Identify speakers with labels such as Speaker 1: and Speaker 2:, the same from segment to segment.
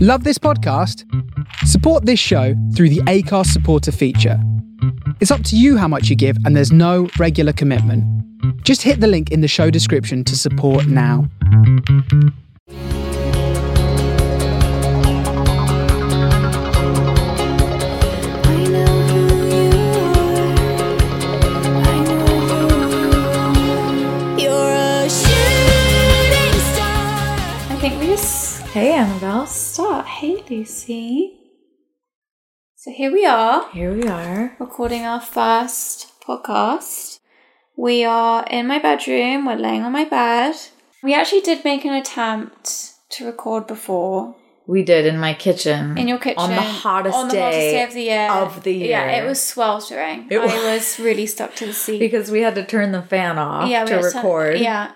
Speaker 1: Love this podcast? Support this show through the ACARS supporter feature. It's up to you how much you give, and there's no regular commitment. Just hit the link in the show description to support now.
Speaker 2: I think we just. Hey, Annabelle. Start. Hey, Lucy. So here we are,
Speaker 3: Here we are.
Speaker 2: recording our first podcast. We are in my bedroom. We're laying on my bed. We actually did make an attempt to record before
Speaker 3: We did in my kitchen.
Speaker 2: in your kitchen
Speaker 3: On the hottest,
Speaker 2: on the
Speaker 3: day,
Speaker 2: hottest day of the year.
Speaker 3: Of the year.
Speaker 2: yeah, it was sweltering.
Speaker 3: It was.
Speaker 2: I was really stuck to the seat.
Speaker 3: Because we had to turn the fan off
Speaker 2: yeah,
Speaker 3: to
Speaker 2: we had
Speaker 3: record.
Speaker 2: yeah,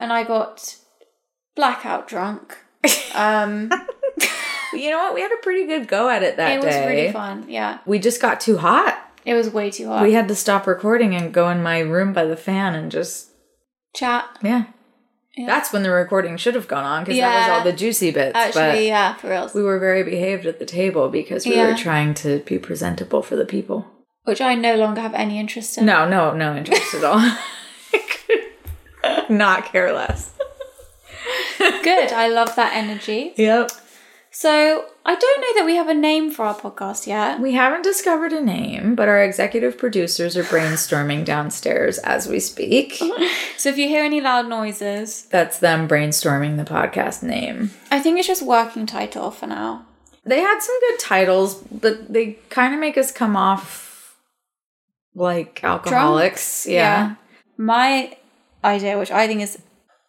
Speaker 2: and I got blackout drunk. Um,
Speaker 3: You know what? We had a pretty good go at it that
Speaker 2: it was
Speaker 3: day.
Speaker 2: really fun. Yeah,
Speaker 3: We just got too hot.
Speaker 2: it was way too hot.
Speaker 3: We had to stop recording and go in my room by the fan and just,
Speaker 2: chat.
Speaker 3: yeah.
Speaker 2: Yeah.
Speaker 3: That's when the recording should have gone on because that
Speaker 2: Yeah.
Speaker 3: was all the juicy bits. but
Speaker 2: Actually, yeah, for real.
Speaker 3: we were very behaved at the table because we
Speaker 2: Yeah.
Speaker 3: were trying to be presentable for the people.
Speaker 2: Which I no longer have any interest in.
Speaker 3: No, no, no interest at all. I could not care less.
Speaker 2: Good. I love that energy.
Speaker 3: Yep.
Speaker 2: So I don't know that we have a name for our podcast yet.
Speaker 3: We haven't discovered a name, but our executive producers are brainstorming downstairs as we speak.
Speaker 2: So if you hear any loud noises,
Speaker 3: That's them brainstorming the podcast name.
Speaker 2: I think it's just working title for now.
Speaker 3: They had some good titles, but they kind of make us come off like alcoholics. Yeah.
Speaker 2: My idea, which I think is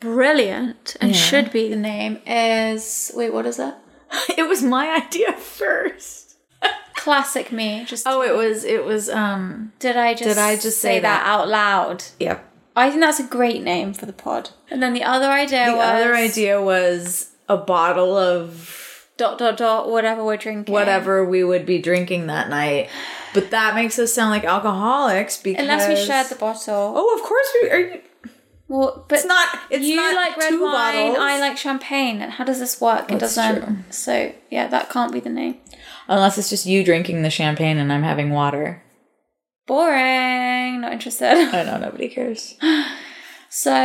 Speaker 2: brilliant and
Speaker 3: Yeah.
Speaker 2: should be the name, is wait, what is it?
Speaker 3: It was my idea first.
Speaker 2: Classic me. Just
Speaker 3: Oh, it was it was um
Speaker 2: did I just
Speaker 3: did I just
Speaker 2: say
Speaker 3: say
Speaker 2: that,
Speaker 3: that?
Speaker 2: out loud?
Speaker 3: yep.
Speaker 2: I think that's a great name for the pod. And then the other idea
Speaker 3: The
Speaker 2: was
Speaker 3: other idea was a bottle of
Speaker 2: dot dot dot whatever we're drinking.
Speaker 3: whatever we would be drinking that night. But that makes us sound like alcoholics because
Speaker 2: Unless we shared the bottle.
Speaker 3: Oh, of course we are. You,
Speaker 2: Well, but
Speaker 3: it's not. It's
Speaker 2: you
Speaker 3: not
Speaker 2: like red
Speaker 3: two
Speaker 2: wine,
Speaker 3: bottles.
Speaker 2: I like champagne. And how does this work? it
Speaker 3: That's
Speaker 2: doesn't.
Speaker 3: true.
Speaker 2: So yeah, that can't be the name.
Speaker 3: Unless it's just you drinking the champagne and I'm having water.
Speaker 2: Boring. Not interested.
Speaker 3: I know nobody cares.
Speaker 2: So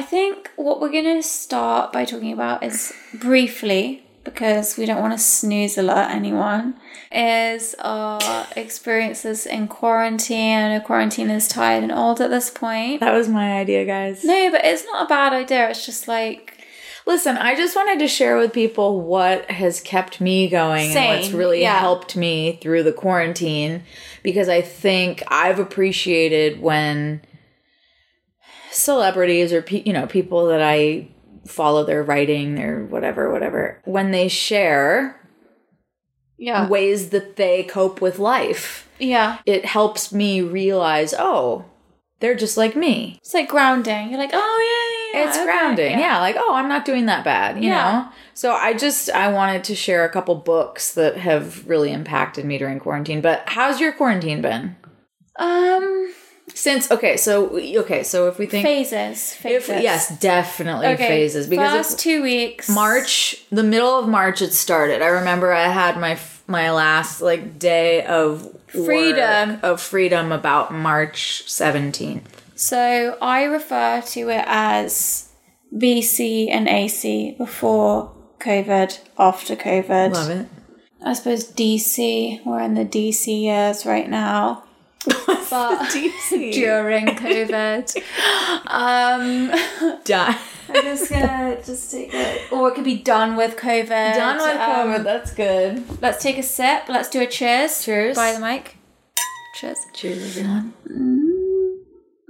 Speaker 2: I think what we're going to start by talking about is briefly, because we don't want to snooze alert anyone, is our experiences in quarantine. I know quarantine is tired and old at this point.
Speaker 3: That was my idea, guys.
Speaker 2: No, but it's not a bad idea. It's just like
Speaker 3: Listen, I just wanted to share with people what has kept me going and what's
Speaker 2: Same,
Speaker 3: really
Speaker 2: yeah.
Speaker 3: helped me through the quarantine because I think I've appreciated when celebrities or pe- you know people that I follow their writing their whatever whatever when they share
Speaker 2: yeah,
Speaker 3: ways that they cope with life
Speaker 2: yeah.
Speaker 3: it helps me realize oh they're just like me
Speaker 2: It's like grounding. You're like, oh yeah, yeah, yeah,
Speaker 3: it's
Speaker 2: okay,
Speaker 3: grounding. Yeah. like, oh, I'm not doing that bad, you
Speaker 2: Yeah.
Speaker 3: know? So I just I wanted to share a couple books that have really impacted me during quarantine. But how's your quarantine been?
Speaker 2: Um,
Speaker 3: Since okay, so okay, so if we think
Speaker 2: phases.
Speaker 3: if,
Speaker 2: Phases.
Speaker 3: yes, definitely
Speaker 2: Okay.
Speaker 3: phases because
Speaker 2: first
Speaker 3: it's
Speaker 2: two weeks.
Speaker 3: March, the middle of March it started. I remember I had my f- my last like day of work-
Speaker 2: Freedom.
Speaker 3: of freedom about March 17th.
Speaker 2: So I refer to it as BC and AC before COVID, after COVID.
Speaker 3: Love it.
Speaker 2: I suppose DC, we're in the DC years right now. But during COVID. um,
Speaker 3: Done.
Speaker 2: I'm just gonna just take it. Or it could be done with COVID.
Speaker 3: Done
Speaker 2: Um,
Speaker 3: with COVID. That's good.
Speaker 2: Let's take a sip. Let's do a cheers.
Speaker 3: Cheers.
Speaker 2: By the mic. Cheers.
Speaker 3: Cheers, everyone.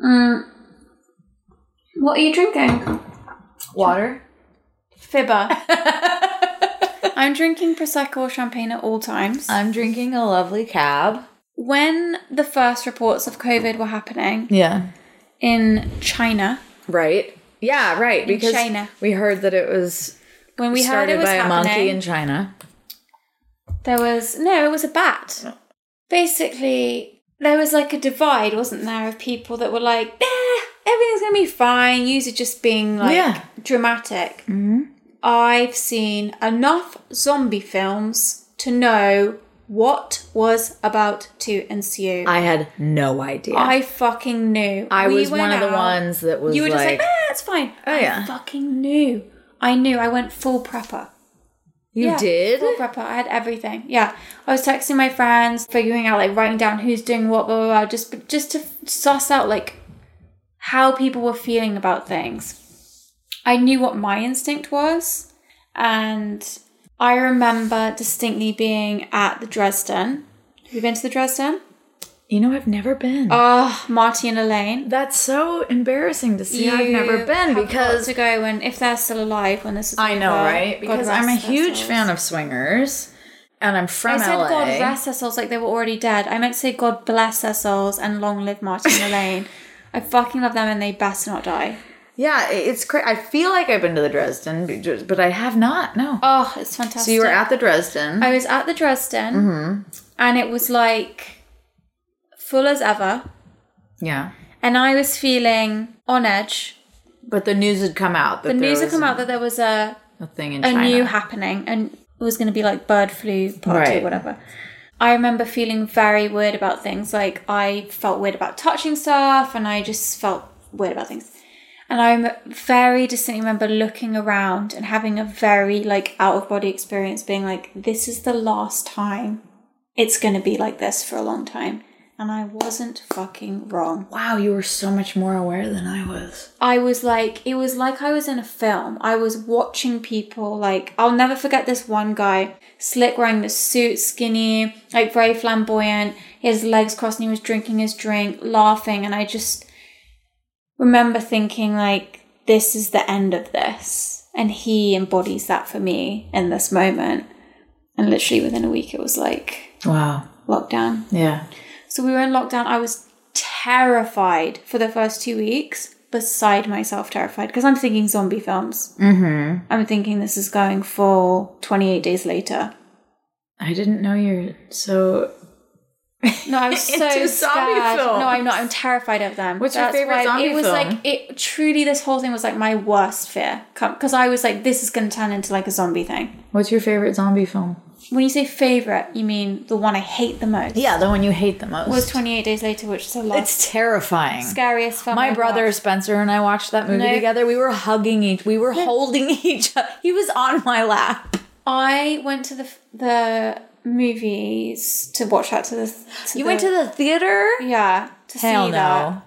Speaker 2: Mm. What are you drinking?
Speaker 3: Water.
Speaker 2: Fibber. I'm drinking Prosecco or champagne at all times.
Speaker 3: I'm drinking a lovely cab.
Speaker 2: When the first reports of COVID were happening
Speaker 3: Yeah.
Speaker 2: in China,
Speaker 3: Right. Yeah, right. Because
Speaker 2: China.
Speaker 3: we heard that it was
Speaker 2: when we heard
Speaker 3: started
Speaker 2: it was
Speaker 3: by a monkey
Speaker 2: happening,
Speaker 3: in China.
Speaker 2: there was no, it was a bat. Basically, there was like a divide, wasn't there, of people that were like, "Eh, everything's gonna be fine. Yous are just being like
Speaker 3: Yeah.
Speaker 2: dramatic.
Speaker 3: Mm-hmm.
Speaker 2: I've seen enough zombie films to know what was about to ensue.
Speaker 3: I had no idea.
Speaker 2: I fucking knew.
Speaker 3: I
Speaker 2: We
Speaker 3: was
Speaker 2: went
Speaker 3: one of the
Speaker 2: out.
Speaker 3: ones that was
Speaker 2: You were just
Speaker 3: like,
Speaker 2: like, ah, it's fine.
Speaker 3: Oh, yeah.
Speaker 2: I fucking knew. I knew. I went full prepper.
Speaker 3: you
Speaker 2: "Ah, Yeah,
Speaker 3: did?
Speaker 2: Full prepper. I had everything. Yeah. I was texting my friends, figuring out, like, writing down who's doing what, blah, blah, blah, just, just to suss out, like, how people were feeling about things. I knew what my instinct was. And I remember distinctly being at the Dresden. Have you been to the Dresden?
Speaker 3: You know, I've never been.
Speaker 2: Oh, Marty and Elaine.
Speaker 3: That's so embarrassing to see. I've never
Speaker 2: You
Speaker 3: been
Speaker 2: have got
Speaker 3: because
Speaker 2: to go when if they're still alive when this is
Speaker 3: I know,
Speaker 2: over.
Speaker 3: right?
Speaker 2: God
Speaker 3: Because
Speaker 2: rest
Speaker 3: I'm a
Speaker 2: their
Speaker 3: huge
Speaker 2: souls.
Speaker 3: fan of swingers, and I'm from
Speaker 2: I said
Speaker 3: LA.
Speaker 2: God rest their souls like they were already dead. I meant to say God bless their souls and long live Martin and Elaine. I fucking love them and they best not die.
Speaker 3: Yeah, it- it's crazy. I feel like I've been to the Dresden, but just- but I have not. No.
Speaker 2: Oh, it's fantastic.
Speaker 3: so you were at Mm-hmm. the Dresden.
Speaker 2: I was at the Dresden and it was like full as ever.
Speaker 3: yeah.
Speaker 2: And I was feeling on edge.
Speaker 3: But the news had come out. That
Speaker 2: The
Speaker 3: there
Speaker 2: news had
Speaker 3: was
Speaker 2: come out that there was a
Speaker 3: A thing in
Speaker 2: a
Speaker 3: China.
Speaker 2: new happening and it was going to be like bird flu party
Speaker 3: Right.
Speaker 2: or whatever i remember feeling very weird about things like i felt weird about touching stuff and i just felt weird about things and i very distinctly remember looking around and having a very like out of body experience being like this is the last time it's going to be like this for a long time and i wasn't fucking wrong
Speaker 3: wow, you were so much more aware than I was.
Speaker 2: I was like, it was like I was in a film. I was watching people, like, I'll never forget this one guy, slick wearing the suit, skinny, like very flamboyant, his legs crossed, and he was drinking his drink, laughing. And I just remember thinking, like, this is the end of this. And he embodies that for me in this moment. And literally within a week, it was like
Speaker 3: Wow.
Speaker 2: lockdown.
Speaker 3: Yeah.
Speaker 2: So we were in lockdown. I was terrified for the first two weeks, beside myself, terrified because I'm thinking zombie films. Mm-hmm. I'm thinking this is going full 28 days later.
Speaker 3: I didn't know you're so.
Speaker 2: No, I was so
Speaker 3: Into
Speaker 2: scared.
Speaker 3: zombie films.
Speaker 2: No, I'm not. I'm terrified of them.
Speaker 3: What's your favorite zombie
Speaker 2: It was
Speaker 3: film?
Speaker 2: like it truly. This whole thing was like my worst fear because I was like, this is going to turn into like a zombie thing.
Speaker 3: What's your favorite zombie film?
Speaker 2: When you say favorite, you mean the one I hate the most.
Speaker 3: Yeah, the one you hate the most.
Speaker 2: was 28 days later, which is a lot.
Speaker 3: It's terrifying.
Speaker 2: scariest film.
Speaker 3: My
Speaker 2: I've
Speaker 3: brother
Speaker 2: watched.
Speaker 3: Spencer and I watched that movie
Speaker 2: No.
Speaker 3: together. We were hugging each. We were holding each. other. He was on my lap.
Speaker 2: I went to the the movies to watch that to the. To
Speaker 3: You went to the theater?
Speaker 2: yeah to
Speaker 3: Hell
Speaker 2: see
Speaker 3: no!
Speaker 2: that,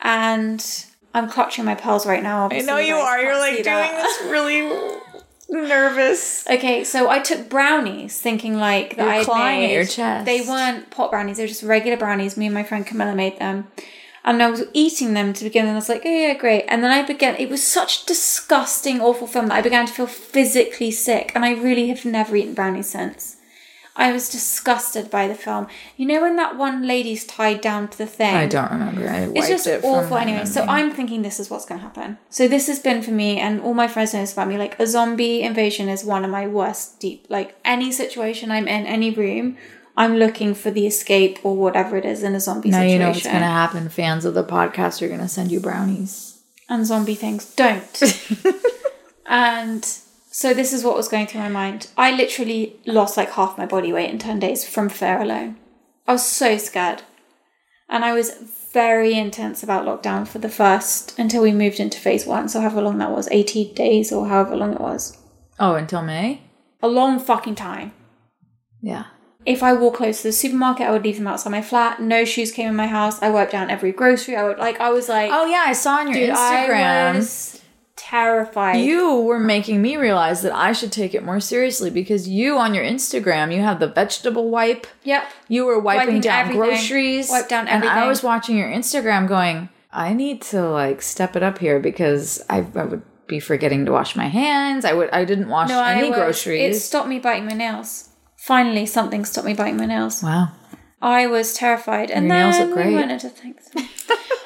Speaker 2: and I'm clutching my pearls right now.
Speaker 3: I
Speaker 2: obviously,
Speaker 3: know you
Speaker 2: guys
Speaker 3: are.
Speaker 2: can't
Speaker 3: You're like
Speaker 2: see
Speaker 3: doing
Speaker 2: that.
Speaker 3: this really nervous.
Speaker 2: Okay, so I took brownies, thinking like that
Speaker 3: You're
Speaker 2: I had
Speaker 3: clawing at
Speaker 2: made-
Speaker 3: your chest.
Speaker 2: They weren't pot brownies; they were just regular brownies. Me and my friend Camilla made them, and I was eating them to begin. And I was like, "Oh yeah, great." And then I began. It was such a disgusting, awful film that I began to feel physically sick, and I really have never eaten brownies since. I was disgusted by the film. You know when that one lady's tied down to the thing.
Speaker 3: I don't remember. I
Speaker 2: It's
Speaker 3: wiped
Speaker 2: just
Speaker 3: it from
Speaker 2: awful
Speaker 3: my
Speaker 2: anyway. So
Speaker 3: memory.
Speaker 2: I'm thinking this is what's going to happen. So this has been for me and all my friends know this about me. Like a zombie invasion is one of my worst deep. Like any situation I'm in, any room, I'm looking for the escape or whatever it is in a zombie
Speaker 3: now you
Speaker 2: situation.
Speaker 3: know what's gonna happen. Fans of the podcast are gonna send you brownies.
Speaker 2: and zombie things don't. and so this is what was going through my mind. I literally lost like half my body weight in 10 days from fear alone. I was so scared. And I was very intense about lockdown for the first until we moved into phase one. So, however long that was 80 days or however long it was.
Speaker 3: Oh, until May?
Speaker 2: A long fucking time.
Speaker 3: Yeah.
Speaker 2: If I wore clothes to the supermarket, I would leave them outside my flat. No shoes came in my house. I wiped down every grocery. I would like, I was like,
Speaker 3: Oh yeah, I saw on your
Speaker 2: dude, I
Speaker 3: Instagram.
Speaker 2: was terrified.
Speaker 3: you were making me realize that I should take it more seriously because you on your Instagram you have the vegetable wipe.
Speaker 2: Yep.
Speaker 3: You were wiping,
Speaker 2: Wiping
Speaker 3: down
Speaker 2: everything.
Speaker 3: groceries.
Speaker 2: Wipe down
Speaker 3: And I
Speaker 2: everything.
Speaker 3: was watching your Instagram going, I need to like step it up here because I, I would be forgetting to wash my hands. I would I didn't wash
Speaker 2: No, I
Speaker 3: any
Speaker 2: was- It
Speaker 3: groceries.
Speaker 2: stopped me biting my nails. Finally, something stopped me biting my nails.
Speaker 3: Wow.
Speaker 2: I was terrified, and
Speaker 3: Your
Speaker 2: then
Speaker 3: nails look
Speaker 2: we
Speaker 3: great.
Speaker 2: went into things.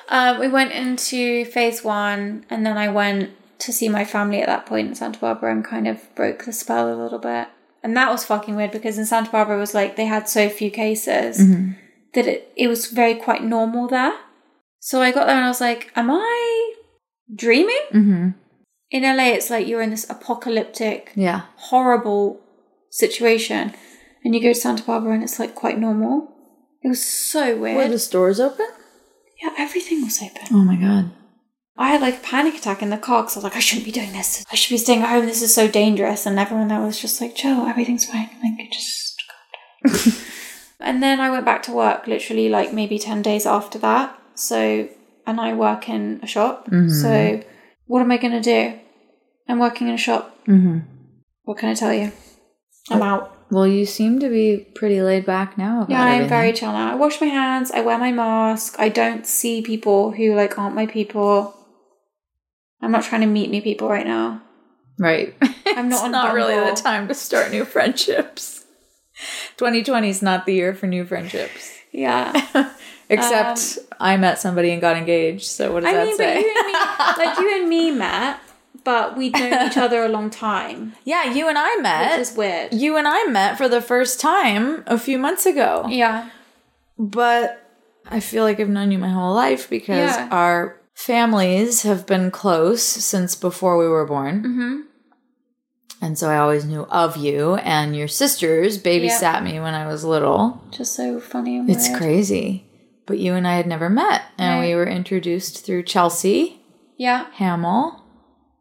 Speaker 2: um, we went into phase one, and then I went to see my family at that point in Santa Barbara, and kind of broke the spell a little bit. And that was fucking weird because in Santa Barbara was like they had so few cases
Speaker 3: Mm-hmm.
Speaker 2: that it, it was very quite normal there. So I got there and I was like, "Am I dreaming?"
Speaker 3: Mhm.
Speaker 2: in LA, it's like you're in this apocalyptic,
Speaker 3: Yeah.
Speaker 2: horrible situation, and you go to Santa Barbara and it's like quite normal. It was so weird.
Speaker 3: Were the stores open?
Speaker 2: yeah, everything was open.
Speaker 3: Oh my god.
Speaker 2: I had like a panic attack in the car because I was like, I shouldn't be doing this. I should be staying at home. This is so dangerous. And everyone there was just like, Joe, everything's fine. Like, it just calm down. and then I went back to work literally like maybe 10 days after that. So, and I work in a shop. So, what am I going to do? I'm working in a shop.
Speaker 3: Mm-hmm.
Speaker 2: What can I tell you? I'm out.
Speaker 3: Well, you seem to be pretty laid back now. About
Speaker 2: Yeah, I'm
Speaker 3: everything.
Speaker 2: very chill now. I wash my hands. I wear my mask. I don't see people who like aren't my people. I'm not trying to meet new people right now.
Speaker 3: right.
Speaker 2: I'm not
Speaker 3: it's
Speaker 2: on
Speaker 3: not really the
Speaker 2: Bumble.
Speaker 3: time to start new friendships. 2020 is not the year for new friendships.
Speaker 2: Yeah.
Speaker 3: Except I met somebody and got engaged. So what does
Speaker 2: Um, I
Speaker 3: that
Speaker 2: mean, but
Speaker 3: say?
Speaker 2: you and me, like you and me met, but we'd known each other a long time,
Speaker 3: yeah, you and I
Speaker 2: which
Speaker 3: met.
Speaker 2: is weird.
Speaker 3: You and I met for the first time a few months ago.
Speaker 2: Yeah.
Speaker 3: but I feel like I've known you my whole life because
Speaker 2: Yeah.
Speaker 3: our families have been close since before we were born.
Speaker 2: Mhm.
Speaker 3: And so I always knew of you, and your sisters babysat me when I was little.
Speaker 2: Just so funny and weird.
Speaker 3: It's crazy. But you and I had never met, and
Speaker 2: Right.
Speaker 3: we were introduced through Chelsea
Speaker 2: Yeah.
Speaker 3: Hamill,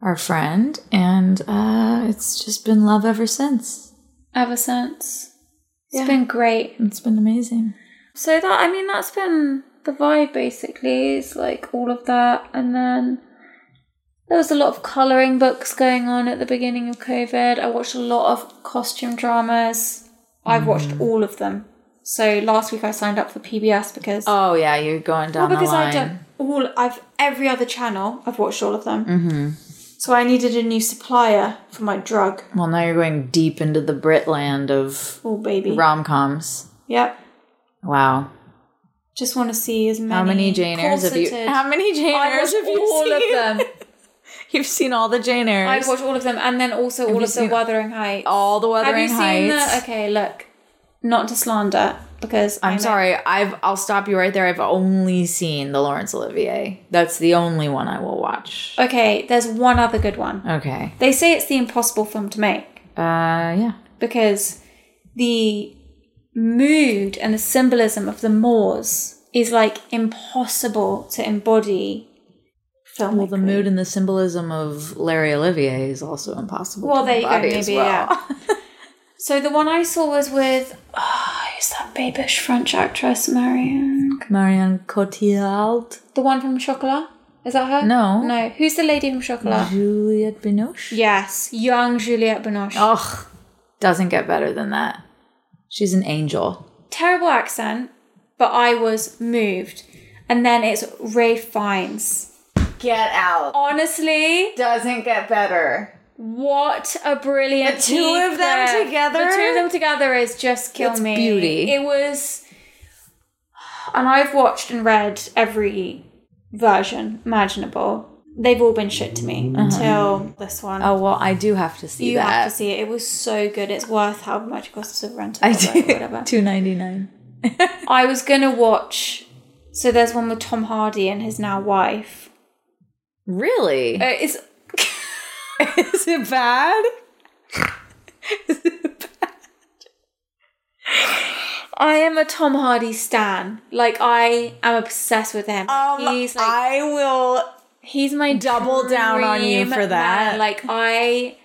Speaker 3: our friend, and uh, it's just been love ever since.
Speaker 2: Ever since, it's
Speaker 3: Yeah.
Speaker 2: been great.
Speaker 3: It's been amazing.
Speaker 2: So that I mean, that's been the vibe basically. It's like all of that, and then there was a lot of coloring books going on at the beginning of COVID. I watched a lot of costume dramas. I've watched
Speaker 3: Mm.
Speaker 2: all of them. So last week I signed up for PBS because
Speaker 3: Oh yeah, you're going down
Speaker 2: well, because
Speaker 3: the line.
Speaker 2: I've done all I've every other channel. I've watched all of them. Mm-hmm. So I needed a new supplier for my drug.
Speaker 3: Well, now you're going deep into the Britland of
Speaker 2: Oh baby,
Speaker 3: rom coms.
Speaker 2: yep.
Speaker 3: Wow.
Speaker 2: Just want to see as many.
Speaker 3: How many Jane Eyres have you?
Speaker 2: corseted-
Speaker 3: How many Jane
Speaker 2: I
Speaker 3: Eyres
Speaker 2: watched
Speaker 3: have you
Speaker 2: all
Speaker 3: seen?
Speaker 2: of them.
Speaker 3: You've seen all the Jane Eyres.
Speaker 2: I've watched all of them, and then also all
Speaker 3: you
Speaker 2: of the
Speaker 3: seen-
Speaker 2: Oh, Wuthering Heights.
Speaker 3: all the
Speaker 2: Have
Speaker 3: Wuthering
Speaker 2: you seen
Speaker 3: Heights.
Speaker 2: the? Okay, look, not to slander because I
Speaker 3: I'm
Speaker 2: know-
Speaker 3: sorry. I've I'll stop you right there. I've only seen the Laurence Olivier. That's the only one I will watch.
Speaker 2: Okay, there's one other good one.
Speaker 3: Okay.
Speaker 2: They say it's the impossible film to make
Speaker 3: Uh yeah.
Speaker 2: because the mood and the symbolism of the Moors is like impossible to embody. Film
Speaker 3: Well, the mood and the symbolism of Larry Olivier is also impossible.
Speaker 2: Well,
Speaker 3: to
Speaker 2: there you go,
Speaker 3: embody as
Speaker 2: maybe,
Speaker 3: well.
Speaker 2: yeah. So the one I saw was with ah, who's that babish French actress Marion?
Speaker 3: Marianne Cotillard,
Speaker 2: The one from Chocolat? Is that her?
Speaker 3: No.
Speaker 2: No. Who's the lady from Chocolat?
Speaker 3: Juliette Binoche.
Speaker 2: yes, young Juliette Binoche.
Speaker 3: Ugh, doesn't get better than that. She's an angel.
Speaker 2: Terrible accent, but I was moved. And then it's Ray Fiennes.
Speaker 3: Get out.
Speaker 2: Honestly,
Speaker 3: Doesn't get better.
Speaker 2: what a brilliant
Speaker 3: The two
Speaker 2: peak
Speaker 3: of them
Speaker 2: there.
Speaker 3: together?
Speaker 2: The two of them together is just kill
Speaker 3: It's
Speaker 2: me.
Speaker 3: beauty.
Speaker 2: It was, and I've watched and read every version imaginable. They've all been shit to me until this one.
Speaker 3: Mm-hmm. Oh well, I do have to see
Speaker 2: You
Speaker 3: that.
Speaker 2: have to see it. It was so good. It's worth how much it costs to rent it.
Speaker 3: I
Speaker 2: or
Speaker 3: do.
Speaker 2: Whatever.
Speaker 3: Two ninety nine.
Speaker 2: I was gonna watch. So there's one with Tom Hardy and his now wife.
Speaker 3: Really?
Speaker 2: Uh, it's
Speaker 3: Is it bad?
Speaker 2: I am a Tom Hardy stan. Like I am obsessed with him. Like, he's like
Speaker 3: Um, I will.
Speaker 2: he's my
Speaker 3: double down on you
Speaker 2: dream
Speaker 3: for that.
Speaker 2: man. Like I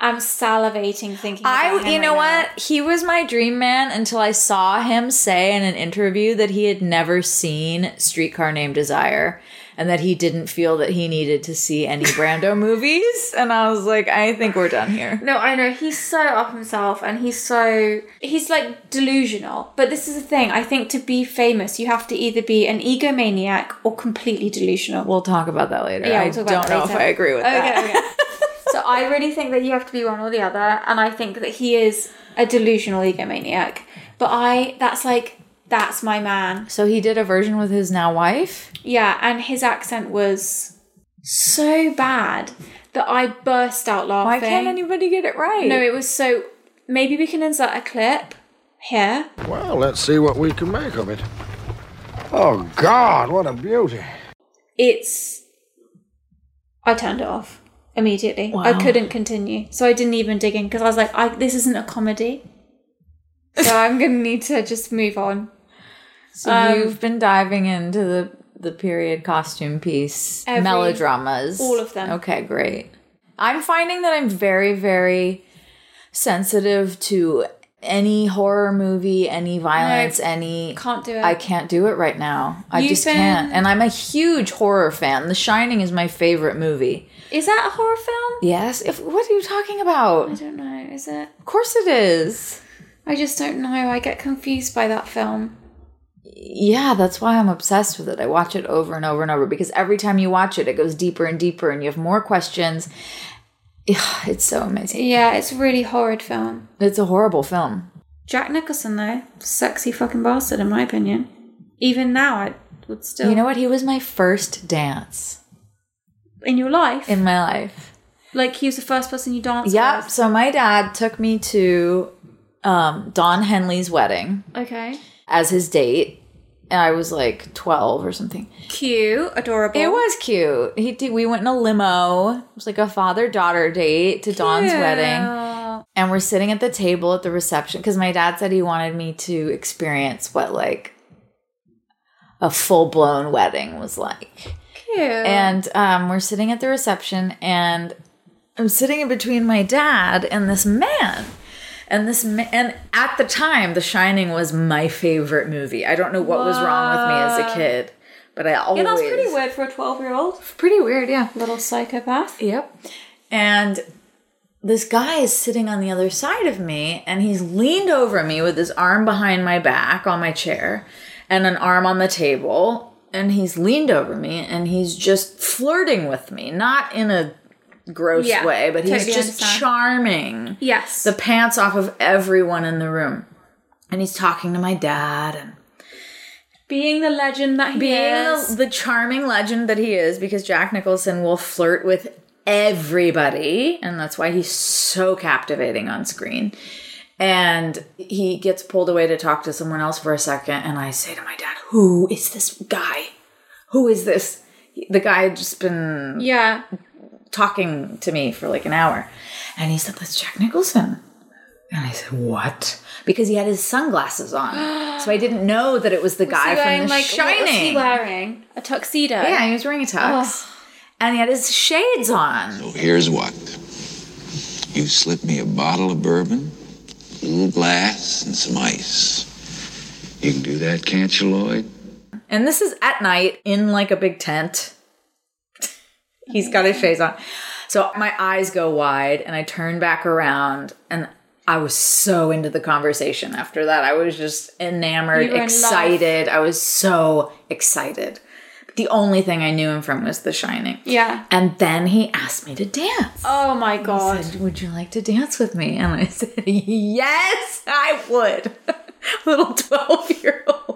Speaker 2: am salivating thinking. about
Speaker 3: I.
Speaker 2: him
Speaker 3: You know
Speaker 2: right
Speaker 3: what? He was my dream man until I saw him say in an interview that he had never seen Streetcar Named Desire, and that he didn't feel that he needed to see any Brando movies. And I was like, I think we're done here.
Speaker 2: No, I know he's so up himself and he's so he's like delusional. But this is the thing, I think to be famous you have to either be an egomaniac or completely delusional.
Speaker 3: We'll talk about that later.
Speaker 2: Yeah,
Speaker 3: I
Speaker 2: we'll talk about
Speaker 3: don't
Speaker 2: that
Speaker 3: know if
Speaker 2: later.
Speaker 3: I agree with that.
Speaker 2: Okay, okay. so I really think that you have to be one or the other and I think that he is a delusional egomaniac. But I that's like that's my man.
Speaker 3: So he did a version with his now wife.
Speaker 2: Yeah, and his accent was so bad that I burst out laughing.
Speaker 3: Why can't anybody get it right?
Speaker 2: No, it was so maybe we can insert a clip here.
Speaker 4: Well, let's see what we can make of it. Oh, God, what a beauty.
Speaker 2: it's I turned it off. immediately. I
Speaker 3: Wow.
Speaker 2: couldn't continue, so I didn't even dig in because I was like, I, "This isn't a comedy." So I'm gonna need to just move on.
Speaker 3: So
Speaker 2: Um,
Speaker 3: you've been diving into the the period costume piece
Speaker 2: Every-
Speaker 3: melodramas,
Speaker 2: all of them.
Speaker 3: Okay, great. I'm finding that I'm very very sensitive to any horror movie, any violence, any
Speaker 2: Can't do it.
Speaker 3: I can't do it right now. I
Speaker 2: You've
Speaker 3: just can't.
Speaker 2: been-
Speaker 3: And I'm a huge horror fan. The Shining is my favorite movie.
Speaker 2: Is that a horror film?
Speaker 3: Yes. If what are you talking about?
Speaker 2: I don't know. Is it?
Speaker 3: Of course it is.
Speaker 2: I just don't know. I get confused by that film.
Speaker 3: Yeah, that's why I'm obsessed with it. I watch it over and over and over because every time you watch it, it goes deeper and deeper and you have more questions. Ugh, It's so amazing.
Speaker 2: Yeah, it's a really horrid film.
Speaker 3: It's a horrible film.
Speaker 2: Jack Nicholson though, sexy fucking bastard in my opinion. Even now, I would still.
Speaker 3: You know what? He was my first dance
Speaker 2: in your life,
Speaker 3: in my life.
Speaker 2: like he was the first person you danced.
Speaker 3: Yep.
Speaker 2: with.
Speaker 3: So my dad took me to um, Don Henley's wedding
Speaker 2: Okay.
Speaker 3: as his date. And I was like 12 or something.
Speaker 2: Cute, adorable.
Speaker 3: It was cute. He did, we went in a limo. It was like a father daughter date to Don's wedding.
Speaker 2: Yeah.
Speaker 3: and we're sitting at the table at the reception because my dad said he wanted me to experience what like a full blown wedding was like.
Speaker 2: Cute.
Speaker 3: And um, we're sitting at the reception, and I'm sitting in between my dad and this man. And this ma- and at the time, The Shining was my favorite movie. I don't know what was wrong with me as a kid, but I always
Speaker 2: yeah, that's pretty weird for a twelve-year-old
Speaker 3: Pretty weird, yeah.
Speaker 2: little psychopath.
Speaker 3: Yep. And this guy is sitting on the other side of me and he's leaned over me with his arm behind my back on my chair and an arm on the table. And he's leaned over me and he's just flirting with me, not in a gross
Speaker 2: Yeah,
Speaker 3: way, but he's
Speaker 2: totally
Speaker 3: just
Speaker 2: understand.
Speaker 3: charming
Speaker 2: Yes.
Speaker 3: the pants off of everyone in the room. And he's talking to my dad and
Speaker 2: being the legend that he
Speaker 3: being
Speaker 2: is.
Speaker 3: the, the charming legend that he is because jack nicholson will flirt with everybody and that's why he's so captivating on screen and he gets pulled away to talk to someone else for a second and i say to my dad who is this guy who is this the guy had just been
Speaker 2: yeah.
Speaker 3: talking to me for like an hour. And he said, That's Jack Nicholson. And I said, What? Because he had his sunglasses on. so I didn't know that it was the guy
Speaker 2: So
Speaker 3: from
Speaker 2: wearing
Speaker 3: The
Speaker 2: like
Speaker 3: Shining.
Speaker 2: what was he wearing? A tuxedo.
Speaker 3: yeah, he was wearing a tux. And he had his shades on.
Speaker 5: Here's what. You slip me a bottle of bourbon, a little glass, and some ice. You can do that, can't you, Lloyd?
Speaker 3: And this is at night in like a big tent. He's got his shades on. So my eyes go wide and I turn back around and I was so into the conversation after that. I was just enamored,
Speaker 2: You were in love.
Speaker 3: excited. I was so excited. The only thing I knew him from was The Shining.
Speaker 2: Yeah.
Speaker 3: And then he asked me to dance.
Speaker 2: Oh my
Speaker 3: He
Speaker 2: god.
Speaker 3: said, Would you like to dance with me? And I said, Yes, I would. Little 12 year old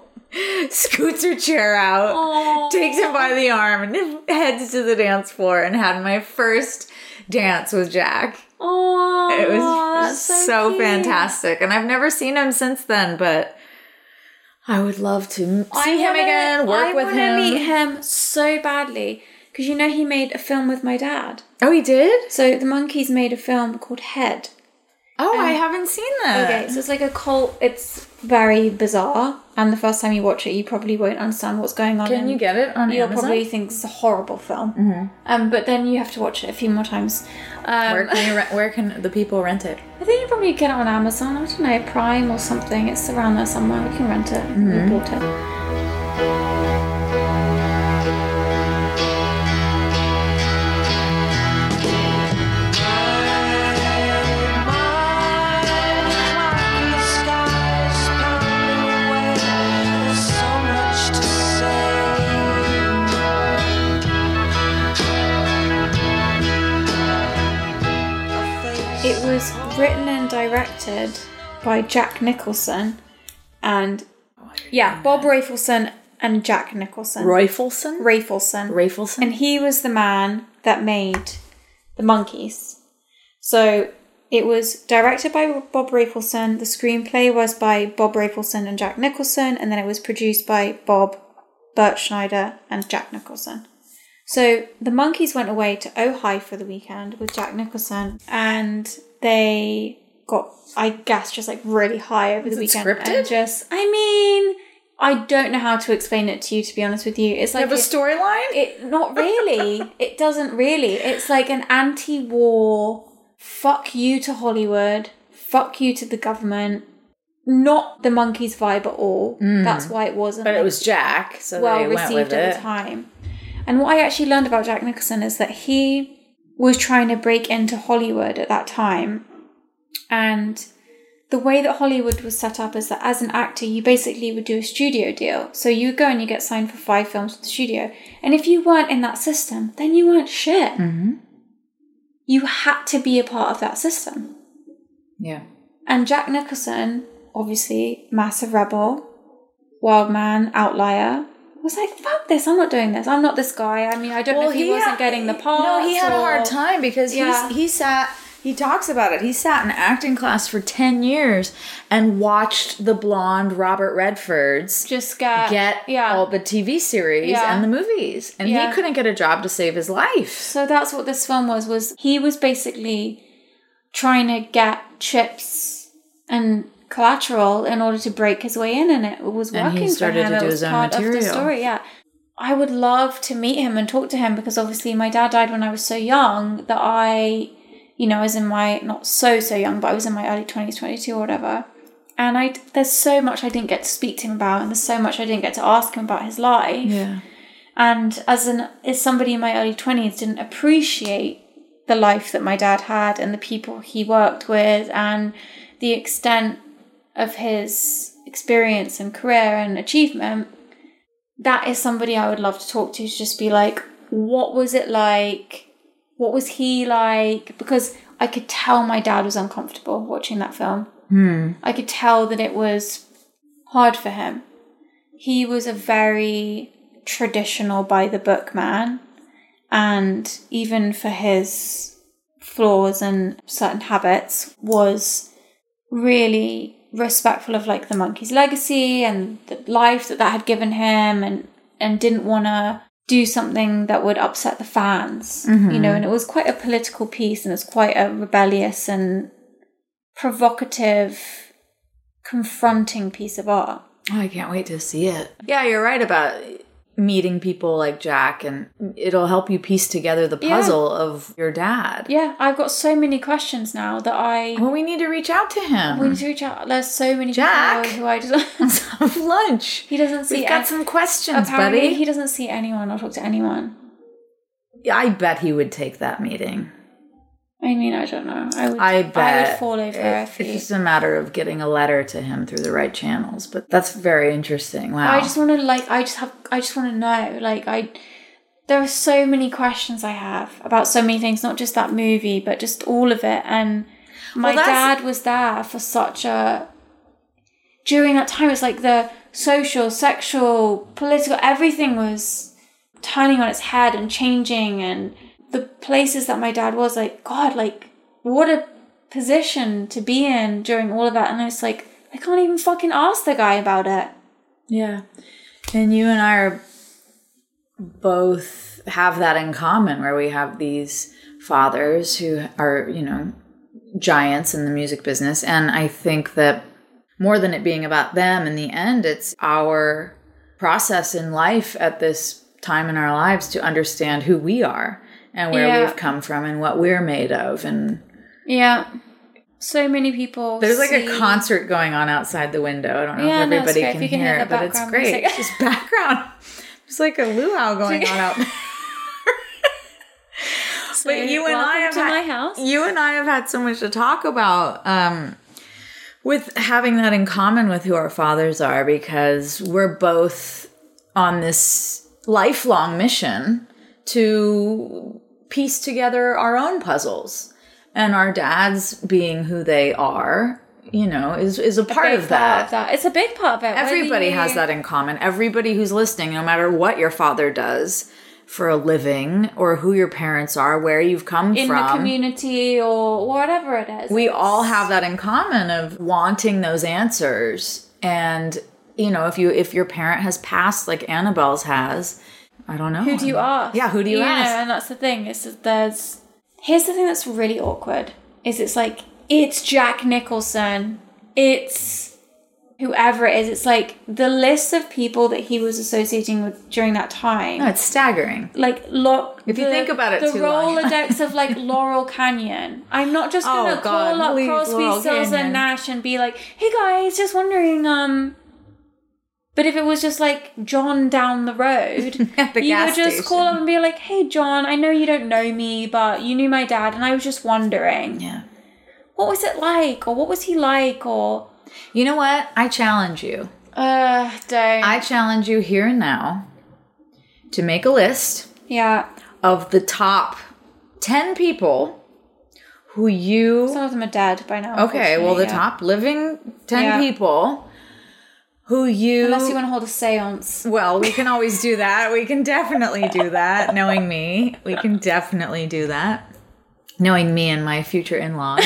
Speaker 3: scoots her chair out, takes him by the arm, and heads to the dance floor and had my first dance with Jack.
Speaker 2: Oh,
Speaker 3: It was
Speaker 2: that's
Speaker 3: so,
Speaker 2: cute.
Speaker 3: fantastic. And I've never seen him since then, but I would love to m- see
Speaker 2: I
Speaker 3: him
Speaker 2: wanna-
Speaker 3: again, work
Speaker 2: I
Speaker 3: with
Speaker 2: wanna
Speaker 3: him.
Speaker 2: meet him so badly because you know he made a film with my dad.
Speaker 3: Oh, he did?
Speaker 2: So the monkeys made a film called Head.
Speaker 3: Oh, I haven't seen that.
Speaker 2: Okay, so it's like a cult. It's very bizarre, and the first time you watch it, you probably won't understand what's going on.
Speaker 3: Can
Speaker 2: and
Speaker 3: you get it on
Speaker 2: You'll
Speaker 3: Amazon? Mm-hmm.
Speaker 2: probably think it's a horrible film. Um, but then you have to watch it a few more times. Um,
Speaker 3: where, can you re- where can the people rent it?
Speaker 2: I think you probably get it on Amazon. I don't know, Prime or something. It's around there somewhere. We can rent it.
Speaker 3: Mm-hmm.
Speaker 2: We bought it. It was written and directed by Jack Nicholson, and
Speaker 3: Oh,
Speaker 2: yeah, Bob Rafelson and Jack Nicholson.
Speaker 3: Royfelson?
Speaker 2: Rafelson.
Speaker 3: Rafelson?
Speaker 2: And he was the man that made the monkeys. So it was directed by Bob Rafelson. The screenplay was by Bob Rafelson and Jack Nicholson, and then it was produced by Bob, Bert Schneider, and Jack Nicholson. So the monkeys went away to Ojai for the weekend with Jack Nicholson, and they got, I guess, just like really high over
Speaker 3: Is
Speaker 2: the
Speaker 3: it
Speaker 2: weekend.
Speaker 3: scripted?
Speaker 2: and just, I mean, I don't know how to explain it to you. To be honest with you, it's like
Speaker 3: have a
Speaker 2: it-
Speaker 3: storyline?
Speaker 2: It not really. it doesn't really. It's like an anti-war. Fuck you to Hollywood. Fuck you to the government. Not the monkeys vibe at all. That's why it wasn't.
Speaker 3: Hmm. But it
Speaker 2: like,
Speaker 3: was Jack, so
Speaker 2: well
Speaker 3: they went
Speaker 2: received
Speaker 3: with
Speaker 2: at
Speaker 3: it.
Speaker 2: the time. And what I actually learned about Jack Nicholson is that he was trying to break into Hollywood at that time. And the way that Hollywood was set up is that as an actor, you basically would do a studio deal. So you go and you get signed for five films with the studio. And if you weren't in that system, then you weren't shit.
Speaker 3: Mm-hmm.
Speaker 2: You had to be a part of that system.
Speaker 3: Yeah.
Speaker 2: And Jack Nicholson, obviously, massive rebel, wild man, outlier, was like, fuck this, I'm not doing this. I'm not this guy. I mean, I don't know if he, wasn't
Speaker 3: had-
Speaker 2: getting the part.
Speaker 3: No, he had a hard
Speaker 2: or-
Speaker 3: time because
Speaker 2: Yeah.
Speaker 3: he's, he sat. He talks about it. He sat in acting class for ten years and watched the blonde Robert Redfords
Speaker 2: Just get,
Speaker 3: get
Speaker 2: yeah.
Speaker 3: all the TV series
Speaker 2: Yeah.
Speaker 3: and the movies, and
Speaker 2: Yeah.
Speaker 3: he couldn't get a job to save his life.
Speaker 2: so that's what this film was, was he was basically trying to get chips and collateral in order to break his way in and it was working
Speaker 3: And he started
Speaker 2: for him.
Speaker 3: to
Speaker 2: it
Speaker 3: do
Speaker 2: was
Speaker 3: his own
Speaker 2: part of the
Speaker 3: material.
Speaker 2: story, yeah. I would love to meet him and talk to him because obviously my dad died when I was so young that I, you know, I was in my not so so young, but I was in my early twenties, twenty two or whatever. And I there's so much I didn't get to speak to him about, and there's so much I didn't get to ask him about his life.
Speaker 3: Yeah.
Speaker 2: And as an as somebody in my early twenties didn't appreciate the life that my dad had and the people he worked with and the extent of his experience and career and achievement, that is somebody I would love to talk to to just be like, what was it like? What was he like? Because I could tell my dad was uncomfortable watching that film. I could tell that it was hard for him. He was a very traditional by the book man. And even for his flaws and certain habits, was really respectful of like the monkey's legacy and the life that that had given him and and didn't want to do something that would upset the fans you know and it was quite a political piece and it's quite a rebellious and provocative confronting piece of art
Speaker 3: Oh, I can't wait to see it. Yeah, you're right about meeting people like Jack, and it'll help you piece together the
Speaker 2: Yeah.
Speaker 3: puzzle of your dad.
Speaker 2: yeah i've got so many questions now that i
Speaker 3: Well, we need to reach out to him.
Speaker 2: we need to reach out there's so many
Speaker 3: Oh. Jack?
Speaker 2: people who i just
Speaker 3: Let's have lunch.
Speaker 2: he doesn't see
Speaker 3: We've got
Speaker 2: any-
Speaker 3: some questions,
Speaker 2: apparently
Speaker 3: buddy.
Speaker 2: he doesn't see anyone or talk to anyone
Speaker 3: Yeah, I bet he would take that meeting.
Speaker 2: I mean, I don't know. I would.
Speaker 3: I bet
Speaker 2: I would fall over
Speaker 3: it-
Speaker 2: if
Speaker 3: It's
Speaker 2: he.
Speaker 3: just a matter of getting a letter to him through the right channels. But that's very interesting. Wow.
Speaker 2: Oh, I just want to like. I just have. I just want to know. Like I. There are so many questions I have about so many things, not just that movie, but just all of it. And my
Speaker 3: Well, that's-
Speaker 2: dad was there for such a. During that time, it's like the social, sexual, political, everything was turning on its head and changing, and the places that my dad was, like God, like what a position to be in during all of that. And I was like, I can't even fucking ask the guy about it.
Speaker 3: yeah. And you and I are both have that in common where we have these fathers who are, you know, giants in the music business. And I think that more than it being about them in the end, it's our process in life at this time in our lives to understand who we are and where
Speaker 2: Yeah.
Speaker 3: we've come from and what we're made of and
Speaker 2: Yeah. So many people.
Speaker 3: There's like a
Speaker 2: see-
Speaker 3: concert going on outside the window. I don't know
Speaker 2: Yeah,
Speaker 3: if
Speaker 2: no, it's
Speaker 3: everybody
Speaker 2: great.
Speaker 3: can,
Speaker 2: If you can
Speaker 3: hear,
Speaker 2: hear
Speaker 3: it,
Speaker 2: the
Speaker 3: but it's
Speaker 2: background
Speaker 3: great.
Speaker 2: music.
Speaker 3: It's just background. It's like a luau going on out there.
Speaker 2: So,
Speaker 3: But you and I
Speaker 2: welcome
Speaker 3: have
Speaker 2: to
Speaker 3: had-
Speaker 2: my house.
Speaker 3: You and I have had so much to talk about um, with having that in common with who our fathers are because we're both on this lifelong mission to piece together our own puzzles and our dads being who they are you know is is a part
Speaker 2: Big
Speaker 3: of that
Speaker 2: It's a big part of it. whether
Speaker 3: Everybody
Speaker 2: you-
Speaker 3: has that in common. Everybody who's listening, no matter what your father does for a living or who your parents are, where you've come
Speaker 2: in the
Speaker 3: from,
Speaker 2: community or whatever it is.
Speaker 3: we all have that in common of wanting those answers. And you know, if you if your parent has passed like Annabelle's has, I don't know.
Speaker 2: Who do you ask?
Speaker 3: Yeah, who do you
Speaker 2: know,
Speaker 3: ask?
Speaker 2: and that's the thing. Is that there's here's the thing that's really awkward. Is it's like it's Jack Nicholson. It's whoever it is. It's like the list of people that he was associating with during that time.
Speaker 3: No, it's staggering.
Speaker 2: like lo-
Speaker 3: If you think about it
Speaker 2: the
Speaker 3: too long.
Speaker 2: Rolodex of like Laurel Canyon. I'm not just gonna
Speaker 3: Oh, God,
Speaker 2: call up
Speaker 3: please,
Speaker 2: Crosby,
Speaker 3: Laurel
Speaker 2: Stills,
Speaker 3: Canyon.
Speaker 2: and Nash and be like, "Hey guys, just wondering." Um, but if it was just like John down the road,
Speaker 3: At the
Speaker 2: you
Speaker 3: gas
Speaker 2: would just
Speaker 3: station.
Speaker 2: call up and be like, "Hey John, I know you don't know me, but you knew my dad, and I was just wondering,
Speaker 3: Yeah.
Speaker 2: what was it like, or what was he like, or
Speaker 3: You know what? I challenge you.
Speaker 2: uh, don't
Speaker 3: I challenge you here and now to make a list
Speaker 2: yeah."
Speaker 3: of the top 10 people who you
Speaker 2: Some of them are dead by now.
Speaker 3: Okay, well, the
Speaker 2: unfortunately, yeah.
Speaker 3: top living 10
Speaker 2: Yeah.
Speaker 3: people who you.
Speaker 2: Unless you want to hold a séance.
Speaker 3: Well, we can always do that. We can definitely do that. Knowing me, we can definitely do that. Knowing me and my future in laws.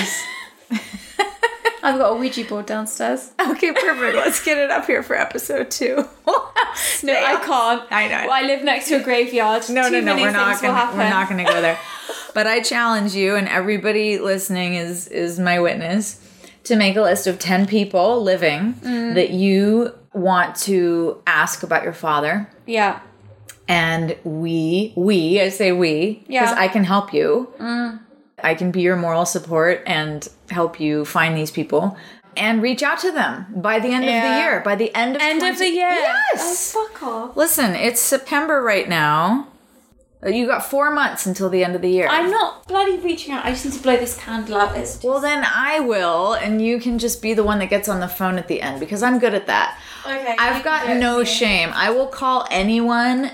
Speaker 2: I've got a Ouija board downstairs.
Speaker 3: okay, perfect. Let's get it up here for episode two. no,
Speaker 2: No, I can't.
Speaker 3: I know.
Speaker 2: Well, I live next to a graveyard.
Speaker 3: No,
Speaker 2: Too
Speaker 3: no, no.
Speaker 2: many
Speaker 3: We're not
Speaker 2: things will
Speaker 3: gonna. We're
Speaker 2: happen.
Speaker 3: not gonna go there. but I challenge you, and everybody listening is is my witness, to make a list of ten people living
Speaker 2: Mm.
Speaker 3: that you want to ask about your father.
Speaker 2: Yeah.
Speaker 3: And we, we, I say we, because
Speaker 2: Yeah. Mm.
Speaker 3: I can help you. I can be your moral support and help you find these people. And reach out to them by the end of
Speaker 2: Yeah.
Speaker 3: the year. By the end of
Speaker 2: End of
Speaker 3: 20
Speaker 2: the year.
Speaker 3: yes.
Speaker 2: Oh, fuck off.
Speaker 3: Listen, it's September right now. Uh, You got four months until the end of the year.
Speaker 2: I'm not bloody reaching out. I just need to blow this candle out. It's
Speaker 3: well, then I will, and you can just be the one that gets on the phone at the end because I'm good at that.
Speaker 2: okay.
Speaker 3: I've got no shame. I will call anyone.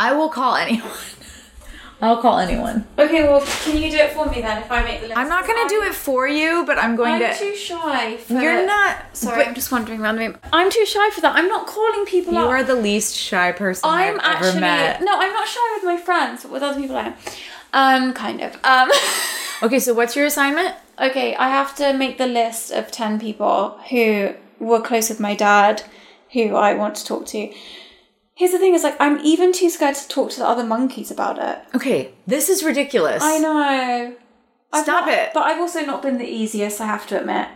Speaker 3: I will call anyone. I'll call anyone.
Speaker 2: Okay, well, can you do it for me then? If I make the list,
Speaker 3: I'm not gonna do it for you, but I'm going
Speaker 2: I'm
Speaker 3: to.
Speaker 2: too shy. For,
Speaker 3: You're not.
Speaker 2: Sorry, I'm just wandering around the room. I'm too shy for that. I'm not calling people
Speaker 3: You
Speaker 2: up.
Speaker 3: are the least shy person i
Speaker 2: I'm
Speaker 3: have
Speaker 2: actually
Speaker 3: ever met.
Speaker 2: no. I'm not shy with my friends, but with other people, I am. Um, kind of. Um.
Speaker 3: Okay, so what's your assignment?
Speaker 2: Okay, I have to make the list of 10 people who were close with my dad, who I want to talk to. Here's the thing is like I'm even too scared to talk to the other monkeys about it.
Speaker 3: Okay, this is ridiculous.
Speaker 2: I know. I've
Speaker 3: Stop
Speaker 2: not-
Speaker 3: it.
Speaker 2: But I've also not been the easiest, I have to admit.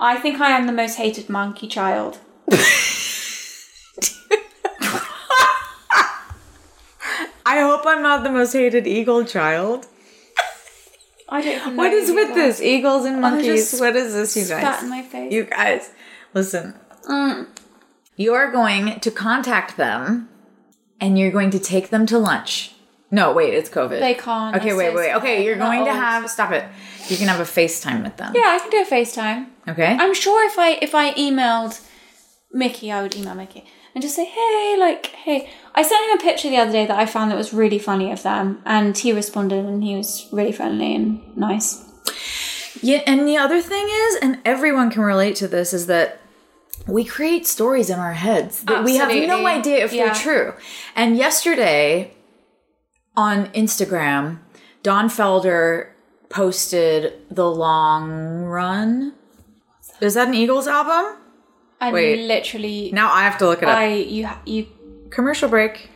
Speaker 2: I think I am the most hated monkey child.
Speaker 3: I hope I'm not the most hated eagle child.
Speaker 2: I don't even know
Speaker 3: What is
Speaker 2: who
Speaker 3: with
Speaker 2: you
Speaker 3: this? Eagles and monkeys.
Speaker 2: Oh, just
Speaker 3: What is this, you
Speaker 2: spat
Speaker 3: guys?
Speaker 2: in my face.
Speaker 3: You guys, listen.
Speaker 2: are. Mm.
Speaker 3: You're going to contact them and you're going to take them to lunch. No, wait, it's COVID.
Speaker 2: They can't.
Speaker 3: Okay,
Speaker 2: That's
Speaker 3: wait,
Speaker 2: so
Speaker 3: wait.
Speaker 2: sad.
Speaker 3: Okay, you're
Speaker 2: Not
Speaker 3: going to
Speaker 2: old.
Speaker 3: have, stop it. You can have a FaceTime with them.
Speaker 2: Yeah, I can do a FaceTime.
Speaker 3: Okay?
Speaker 2: I'm sure if I if I emailed Mickey, I would email Mickey and just say, "Hey, like, hey." I sent him a picture the other day that I found that was really funny of them, and he responded, and he was really friendly and nice.
Speaker 3: Yeah, and the other thing is, and everyone can relate to this, is that we create stories in our heads that we have no
Speaker 2: Absolutely.
Speaker 3: idea if
Speaker 2: Yeah.
Speaker 3: they're true. And yesterday on Instagram, Don Felder posted the long run. Is that an Eagles album?
Speaker 2: And
Speaker 3: Wait.
Speaker 2: literally,
Speaker 3: Now I have to look it up.
Speaker 2: I you ha- you
Speaker 3: Commercial break.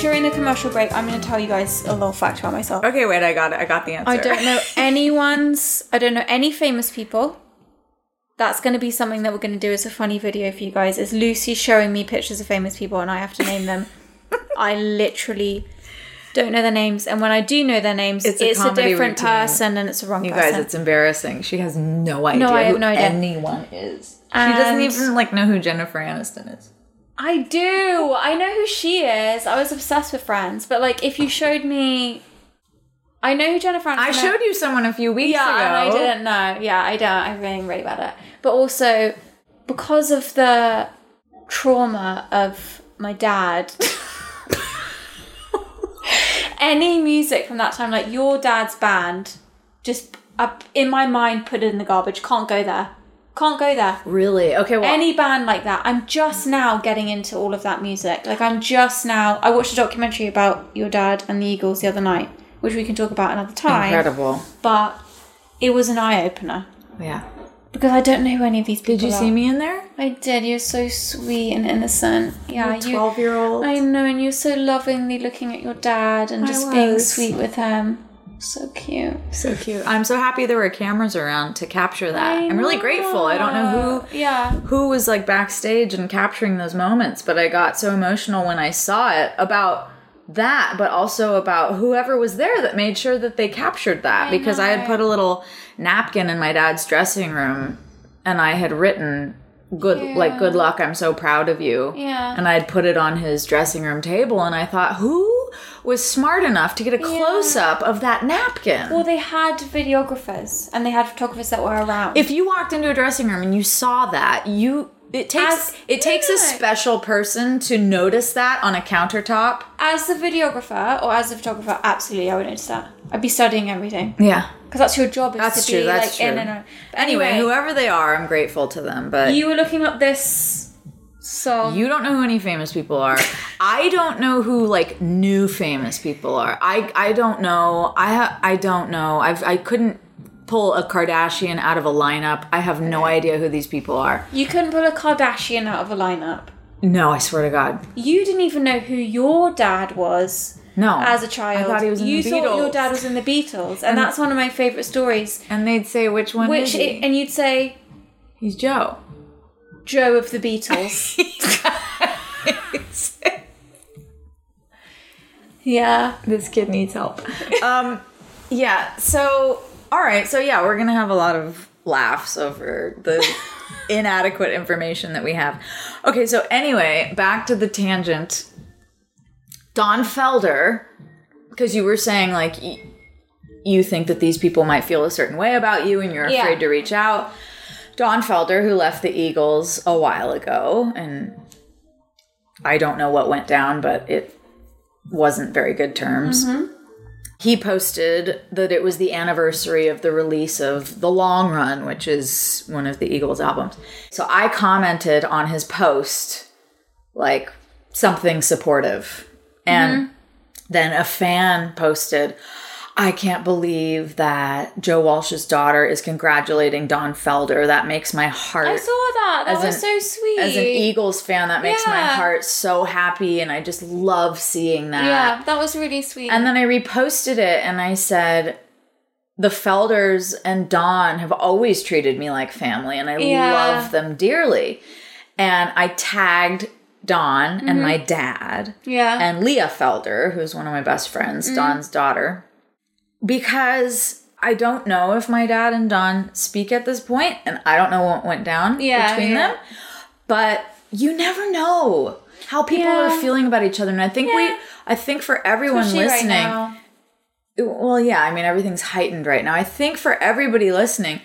Speaker 2: during the commercial break, I'm going to tell you guys a little fact about myself.
Speaker 3: Okay, wait, I got it. I got the answer.
Speaker 2: I don't know anyone's. I don't know any famous people. That's going to be something that we're going to do as a funny video for you guys. Is Lucy showing me pictures of famous people and I have to name them. I literally don't know their names, and when I do know their names,
Speaker 3: It's
Speaker 2: it's,
Speaker 3: a
Speaker 2: a,
Speaker 3: comedy
Speaker 2: different
Speaker 3: routine.
Speaker 2: person and it's a wrong
Speaker 3: You
Speaker 2: person.
Speaker 3: guys, it's embarrassing. She has no idea
Speaker 2: I have
Speaker 3: who
Speaker 2: no idea.
Speaker 3: anyone is. she doesn't
Speaker 2: And-
Speaker 3: even like know who Jennifer Aniston is.
Speaker 2: I do. I know who she is. I was obsessed with Friends, but like if you showed me, I know who Jennifer. Aniston
Speaker 3: I
Speaker 2: is.
Speaker 3: showed you someone a few weeks ago.
Speaker 2: Yeah, and I didn't know. Yeah, I don't. I'm really, really bad at it. But also, because of the trauma of my dad, any music from that time, like your dad's band, just up in my mind, put it in the garbage. Can't go there. Can't go there.
Speaker 3: Really? Okay. Well,
Speaker 2: Any band like that, I'm just now getting into all of that music. Like, I'm just now. I watched a documentary about your dad and the Eagles the other night, which we can talk about another time
Speaker 3: incredible.
Speaker 2: but it was an eye opener
Speaker 3: Yeah.
Speaker 2: because I don't know who any of these people
Speaker 3: Did you
Speaker 2: are.
Speaker 3: see me in there?
Speaker 2: I did. You're so sweet and innocent. Yeah, you.
Speaker 3: 12-year-old.
Speaker 2: I know, and you're so lovingly looking at your dad and
Speaker 3: I
Speaker 2: just being
Speaker 3: was.
Speaker 2: sweet with him. So cute.
Speaker 3: So cute. I'm so happy there were cameras around to capture that.
Speaker 2: I
Speaker 3: I'm really grateful. I don't know who
Speaker 2: Yeah.
Speaker 3: who was like backstage and capturing those moments, but I got so emotional when I saw it about that, but also about whoever was there that made sure that they captured that because I had
Speaker 2: know.
Speaker 3: put a little napkin in my dad's dressing room and I had written good like good luck i'm so proud of you
Speaker 2: Yeah.
Speaker 3: and i'd put it on his dressing room table and i thought who was smart enough to get a close up of that napkin
Speaker 2: Well, they had videographers and they had photographers that were around.
Speaker 3: if you walked into a dressing room and you saw that you it takes
Speaker 2: As-
Speaker 3: it takes a
Speaker 2: Yeah.
Speaker 3: special person to notice that on a countertop
Speaker 2: as the videographer or as the photographer, absolutely, I would notice that. I'd be studying everything
Speaker 3: yeah
Speaker 2: because that's your job. Is
Speaker 3: That's
Speaker 2: to
Speaker 3: true,
Speaker 2: Be,
Speaker 3: that's
Speaker 2: like, In
Speaker 3: true.
Speaker 2: and out.
Speaker 3: anyway, whoever they are i'm grateful to them but you,
Speaker 2: you were looking up this song.
Speaker 3: you don't know who any famous people are i don't know who like new famous people are i i don't know i ha- i don't know i've i couldn't pull a kardashian out of a lineup i have no idea who these people are
Speaker 2: you couldn't pull a Kardashian out of a lineup.
Speaker 3: no i swear to god
Speaker 2: You didn't even know who your dad was
Speaker 3: no
Speaker 2: as a child.
Speaker 3: i thought he was in
Speaker 2: you
Speaker 3: the
Speaker 2: Oh, thought your
Speaker 3: Beatles.
Speaker 2: dad was in the Beatles, and, that's one of my favorite stories.
Speaker 3: and they'd say which one
Speaker 2: Which,
Speaker 3: is he?
Speaker 2: and you'd say
Speaker 3: He's Joe.
Speaker 2: Joe of the Beatles. yeah.
Speaker 3: this kid needs help. Um, yeah. So, all right. So, yeah, we're gonna have a lot of laughs over the inadequate information that we have. Okay. So, anyway, back to the tangent. Don Felder, because you were saying like y- you think that these people might feel a certain way about you, and you're
Speaker 2: Yeah.
Speaker 3: afraid to reach out. Don Felder, who left the Eagles a while ago, and I don't know what went down, but it wasn't very good terms. He posted that it was the anniversary of the release of The Long Run, which is one of the Eagles albums. So I commented on his post, like something supportive. And
Speaker 2: Mm-hmm.
Speaker 3: then a fan posted, I can't believe that Joe Walsh's daughter is congratulating Don Felder. That makes my heart
Speaker 2: I saw that. That
Speaker 3: As
Speaker 2: was
Speaker 3: an-
Speaker 2: so sweet.
Speaker 3: as an Eagles fan, that makes my
Speaker 2: Yeah.
Speaker 3: heart so happy, and I just love seeing that.
Speaker 2: Yeah, that was really sweet.
Speaker 3: And then I reposted it, and I said, "The Felders and Don have always treated me like family, and I
Speaker 2: Yeah.
Speaker 3: love them dearly." And I tagged Don and my dad
Speaker 2: yeah. Mm-hmm.
Speaker 3: and Leah Felder, who's one of my best friends, Don's daughter, because I don't know if my dad and Don speak at this point, and I don't know what went down
Speaker 2: Yeah,
Speaker 3: between
Speaker 2: yeah.
Speaker 3: them. But you never know how people
Speaker 2: Yeah.
Speaker 3: are feeling about each other, and I think
Speaker 2: Yeah.
Speaker 3: we, I think for everyone
Speaker 2: Especially right
Speaker 3: listening,
Speaker 2: now.
Speaker 3: well, yeah, I mean everything's heightened right now. I think for everybody listening.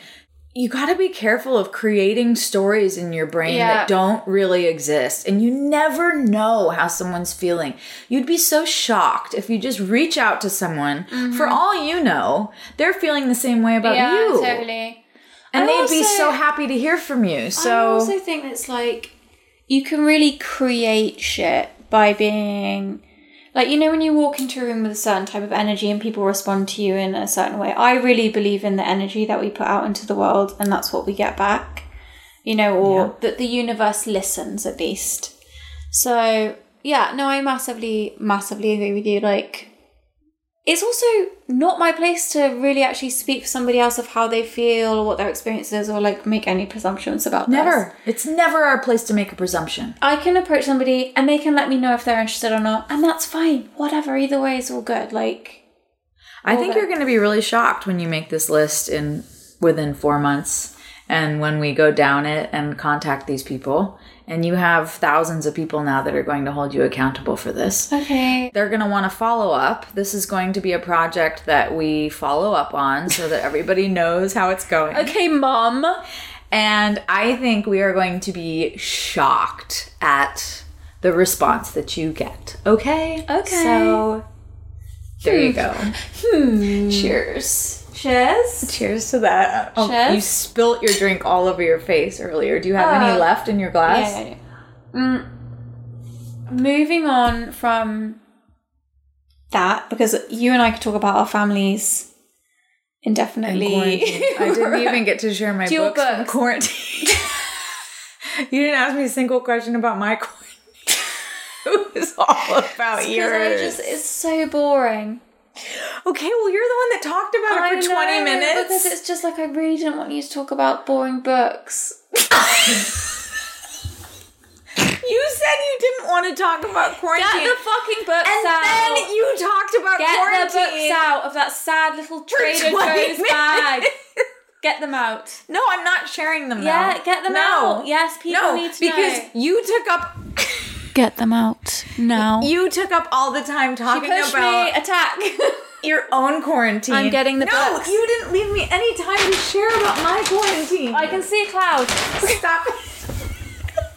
Speaker 3: You got to be careful of creating stories in your brain
Speaker 2: Yeah.
Speaker 3: that don't really exist. And you never know how someone's feeling. You'd be so shocked if you just reach out to someone. For all you know, they're feeling the same way about
Speaker 2: Mm-hmm. yeah,
Speaker 3: you.
Speaker 2: totally.
Speaker 3: And
Speaker 2: I
Speaker 3: they'd be
Speaker 2: also-
Speaker 3: so happy to hear from you.
Speaker 2: I
Speaker 3: So,
Speaker 2: also think it's like you can really create shit by being like you know when you walk into a room with a certain type of energy and people respond to you in a certain way. I really believe in the energy that we put out into the world and that's what we get back. You know, or that the universe listens at least. So yeah, no, I massively, massively agree with you. Like it's also not my place to really actually speak for somebody else of how they feel or what their experience is or like make any presumptions about this.
Speaker 3: never. It's never our place to make a presumption.
Speaker 2: I can approach somebody and they can let me know if they're interested or not, and that's fine. Whatever, either way is all good. Like,
Speaker 3: I think
Speaker 2: that-
Speaker 3: you're going to be really shocked when you make this list in within 4 months and when we go down it and contact these people and you have thousands of people now that are going to hold you accountable for this.
Speaker 2: okay.
Speaker 3: They're going to want to follow up. This is going to be a project that we follow up on so that everybody knows how it's going.
Speaker 2: Okay, mom.
Speaker 3: And I think we are going to be shocked at the response that you get. Okay?
Speaker 2: Okay. Hmm.
Speaker 3: So there you go. Cheers.
Speaker 2: Cheers.
Speaker 3: Hmm. Cheers to that. Oh,
Speaker 2: Cheers.
Speaker 3: you spilt your drink all over your face earlier. Do you have any
Speaker 2: Uh,
Speaker 3: left in your glass?
Speaker 2: Yeah, yeah, yeah. Mm. Moving on from that, because you and I could talk about our families indefinitely.
Speaker 3: I didn't even get to share my
Speaker 2: Do your
Speaker 3: books from
Speaker 2: books.
Speaker 3: quarantine. you didn't ask me a single question about my quarantine. it was all about
Speaker 2: Because I
Speaker 3: yours.
Speaker 2: just, it's so boring.
Speaker 3: okay, well, you're the one that talked about
Speaker 2: I
Speaker 3: it for 20
Speaker 2: know,
Speaker 3: minutes.
Speaker 2: Because it's just like, I really didn't want you to talk about boring books.
Speaker 3: you said you didn't want to talk about quarantine.
Speaker 2: Get the fucking books
Speaker 3: and
Speaker 2: out.
Speaker 3: then you talked about
Speaker 2: Get
Speaker 3: quarantine.
Speaker 2: the books out of that sad little Trader
Speaker 3: 20
Speaker 2: Joe's bag.
Speaker 3: minutes.
Speaker 2: Get them out.
Speaker 3: No, I'm not sharing them.
Speaker 2: Yeah,
Speaker 3: now.
Speaker 2: get them
Speaker 3: no.
Speaker 2: out. Yes, people
Speaker 3: no,
Speaker 2: need to
Speaker 3: because
Speaker 2: know.
Speaker 3: you took up
Speaker 2: Get them out now. You
Speaker 3: you took up all the time talking
Speaker 2: push
Speaker 3: about
Speaker 2: me, attack.
Speaker 3: your own quarantine.
Speaker 2: I'm getting the
Speaker 3: no,
Speaker 2: books.
Speaker 3: you didn't leave me any time to share about my quarantine.
Speaker 2: I can see a cloud.
Speaker 3: Stop.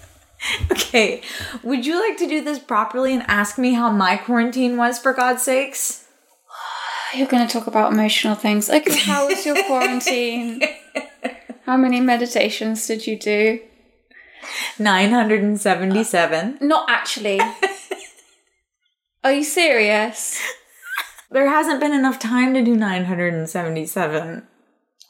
Speaker 3: okay, would you like to do this properly and ask me how my quarantine was, for God's sakes?
Speaker 2: You're going to talk about emotional things. Okay, how was your quarantine? How many meditations did you do?
Speaker 3: Nine hundred and seventy-seven.
Speaker 2: Not actually. Are you serious?
Speaker 3: there hasn't been enough time to do nine hundred and seventy-seven.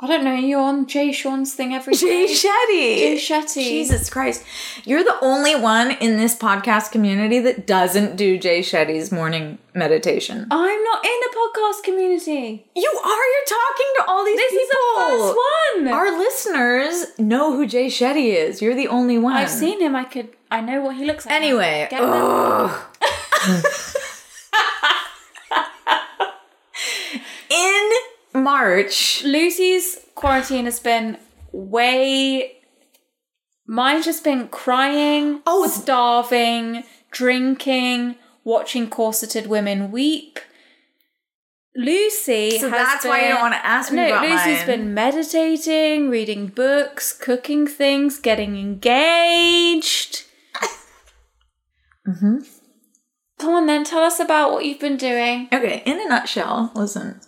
Speaker 2: I don't know. You're on Jay Sean's thing every
Speaker 3: Jay
Speaker 2: day.
Speaker 3: Shetty.
Speaker 2: Jay Shetty.
Speaker 3: Jesus Christ. You're the only one in this podcast community that doesn't do Jay Shetty's morning meditation.
Speaker 2: I'm not in the podcast community.
Speaker 3: You are. You're talking to all these
Speaker 2: This
Speaker 3: people.
Speaker 2: is the first one.
Speaker 3: Our listeners know who Jay Shetty is. You're the only one.
Speaker 2: I've seen him. I could. I know what he looks like.
Speaker 3: Anyway.
Speaker 2: Get them.
Speaker 3: In March.
Speaker 2: Lucy's quarantine has been way. Mine's just been crying,
Speaker 3: Oh, it's-
Speaker 2: starving, drinking, watching corseted women weep. Lucy.
Speaker 3: So
Speaker 2: has
Speaker 3: that's why you
Speaker 2: been-
Speaker 3: don't wanna ask me
Speaker 2: No,
Speaker 3: about
Speaker 2: Lucy's
Speaker 3: mine.
Speaker 2: been meditating, reading books, cooking things, getting engaged. mm-hmm. Come on, then tell us about what you've been doing.
Speaker 3: Okay. In a nutshell, listen.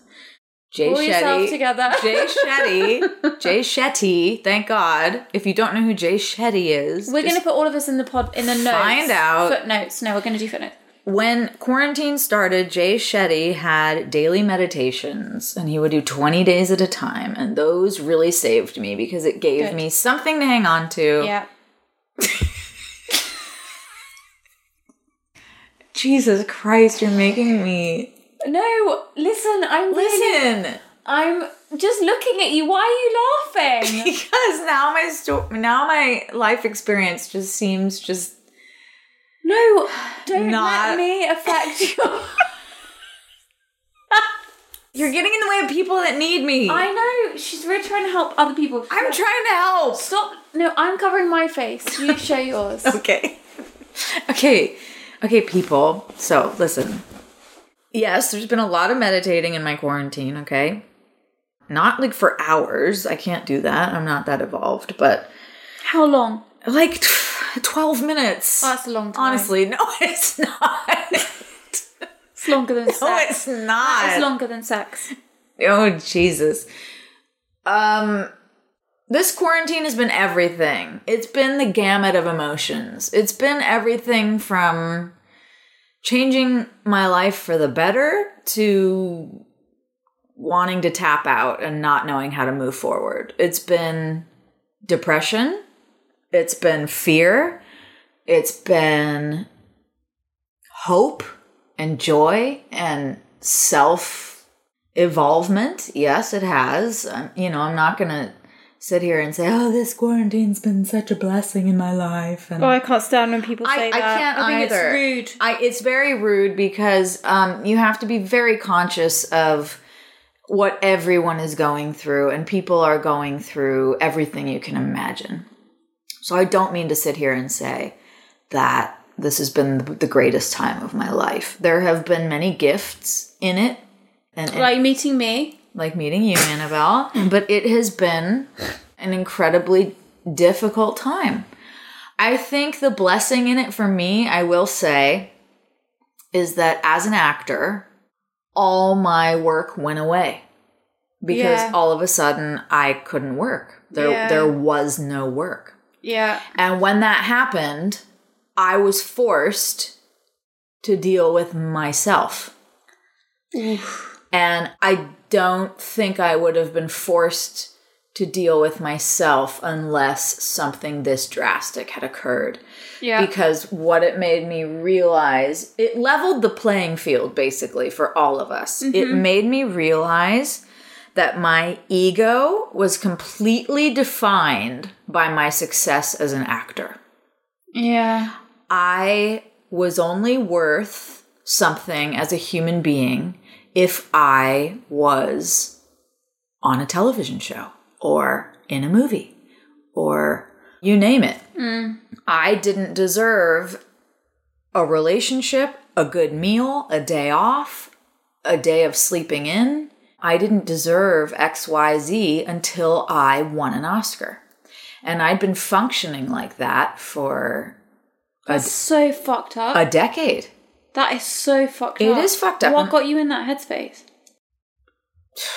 Speaker 3: Jay
Speaker 2: Pull yourself
Speaker 3: Shetty.
Speaker 2: together.
Speaker 3: Jay Shetty. Jay Shetty. Thank God. If you don't know who Jay Shetty is,
Speaker 2: We're
Speaker 3: just-
Speaker 2: gonna put all of us in the pod in the notes.
Speaker 3: Find out.
Speaker 2: footnotes. No, we're gonna do footnotes.
Speaker 3: When quarantine started, Jay Shetty had daily meditations and he would do 20 days at a time. And those really saved me because it gave
Speaker 2: Good.
Speaker 3: me something to hang on to.
Speaker 2: Yeah,
Speaker 3: Jesus Christ, you're making me.
Speaker 2: no. Listen, I'm really,
Speaker 3: Listen,
Speaker 2: I'm just looking at you. Why are you laughing?
Speaker 3: because now my sto- now my life experience just seems just
Speaker 2: no, don't
Speaker 3: Not-
Speaker 2: let me affect you.
Speaker 3: you're getting in the way of people that need me. I,
Speaker 2: I know she's really trying to help other people.
Speaker 3: am trying to help.
Speaker 2: Stop. No, I'm covering my face. You show yours.
Speaker 3: okay. Okay. Okay, people. So, listen. Yes, there's been a lot of meditating in my quarantine, okay? Not like for hours. I can't do that. I'm not that evolved, but
Speaker 2: How long?
Speaker 3: like 12 minutes.
Speaker 2: Oh, that's a long time.
Speaker 3: Honestly, no, it's not.
Speaker 2: it's longer than
Speaker 3: No,
Speaker 2: sex.
Speaker 3: it's not.
Speaker 2: It's longer than sex.
Speaker 3: Oh Jesus. Um this quarantine has been everything. It's been the gamut of emotions. It's been everything from changing my life for the better to wanting to tap out and not knowing how to move forward. It's been depression. It's been fear. It's been hope and joy and self evolvement. Yes, it has. Um, you know, I'm not going to sit here and say, oh, this quarantine's been such a blessing in my life. And
Speaker 2: Oh, I can't stand when people
Speaker 3: I, I can't either.
Speaker 2: it's rude.
Speaker 3: I, it's very rude because um, you have to be very conscious of what everyone is going through, and people are going through everything you can imagine. So I don't mean to sit here and say that this has been the the greatest time of my life. There have been many gifts in it, and and-
Speaker 2: Like meeting me.
Speaker 3: like meeting you, Annabelle, but it has been an incredibly difficult time. I think the blessing in it for me, I will say, is that as an actor, all my work went away because
Speaker 2: Yeah.
Speaker 3: all of a sudden I couldn't work. There,
Speaker 2: Yeah.
Speaker 3: there was no work.
Speaker 2: Yeah.
Speaker 3: And when that happened, I was forced to deal with myself. And I don't think I would have been forced to deal with myself unless something this drastic had occurred.
Speaker 2: Yeah.
Speaker 3: Because what it made me realize, it leveled the playing field basically for all of us. It made me realize that my ego was completely defined by my success as an actor.
Speaker 2: yeah.
Speaker 3: I was only worth something as a human being if I was on a television show or in a movie or you name it. Mm, I didn't deserve a relationship, a good meal, a day off, a day of sleeping in. I didn't deserve XYZ until I won an Oscar. And I'd been functioning like that for
Speaker 2: That's so fucked up.
Speaker 3: a decade.
Speaker 2: that is so fucked
Speaker 3: It
Speaker 2: up.
Speaker 3: is fucked up.
Speaker 2: What got you in that headspace?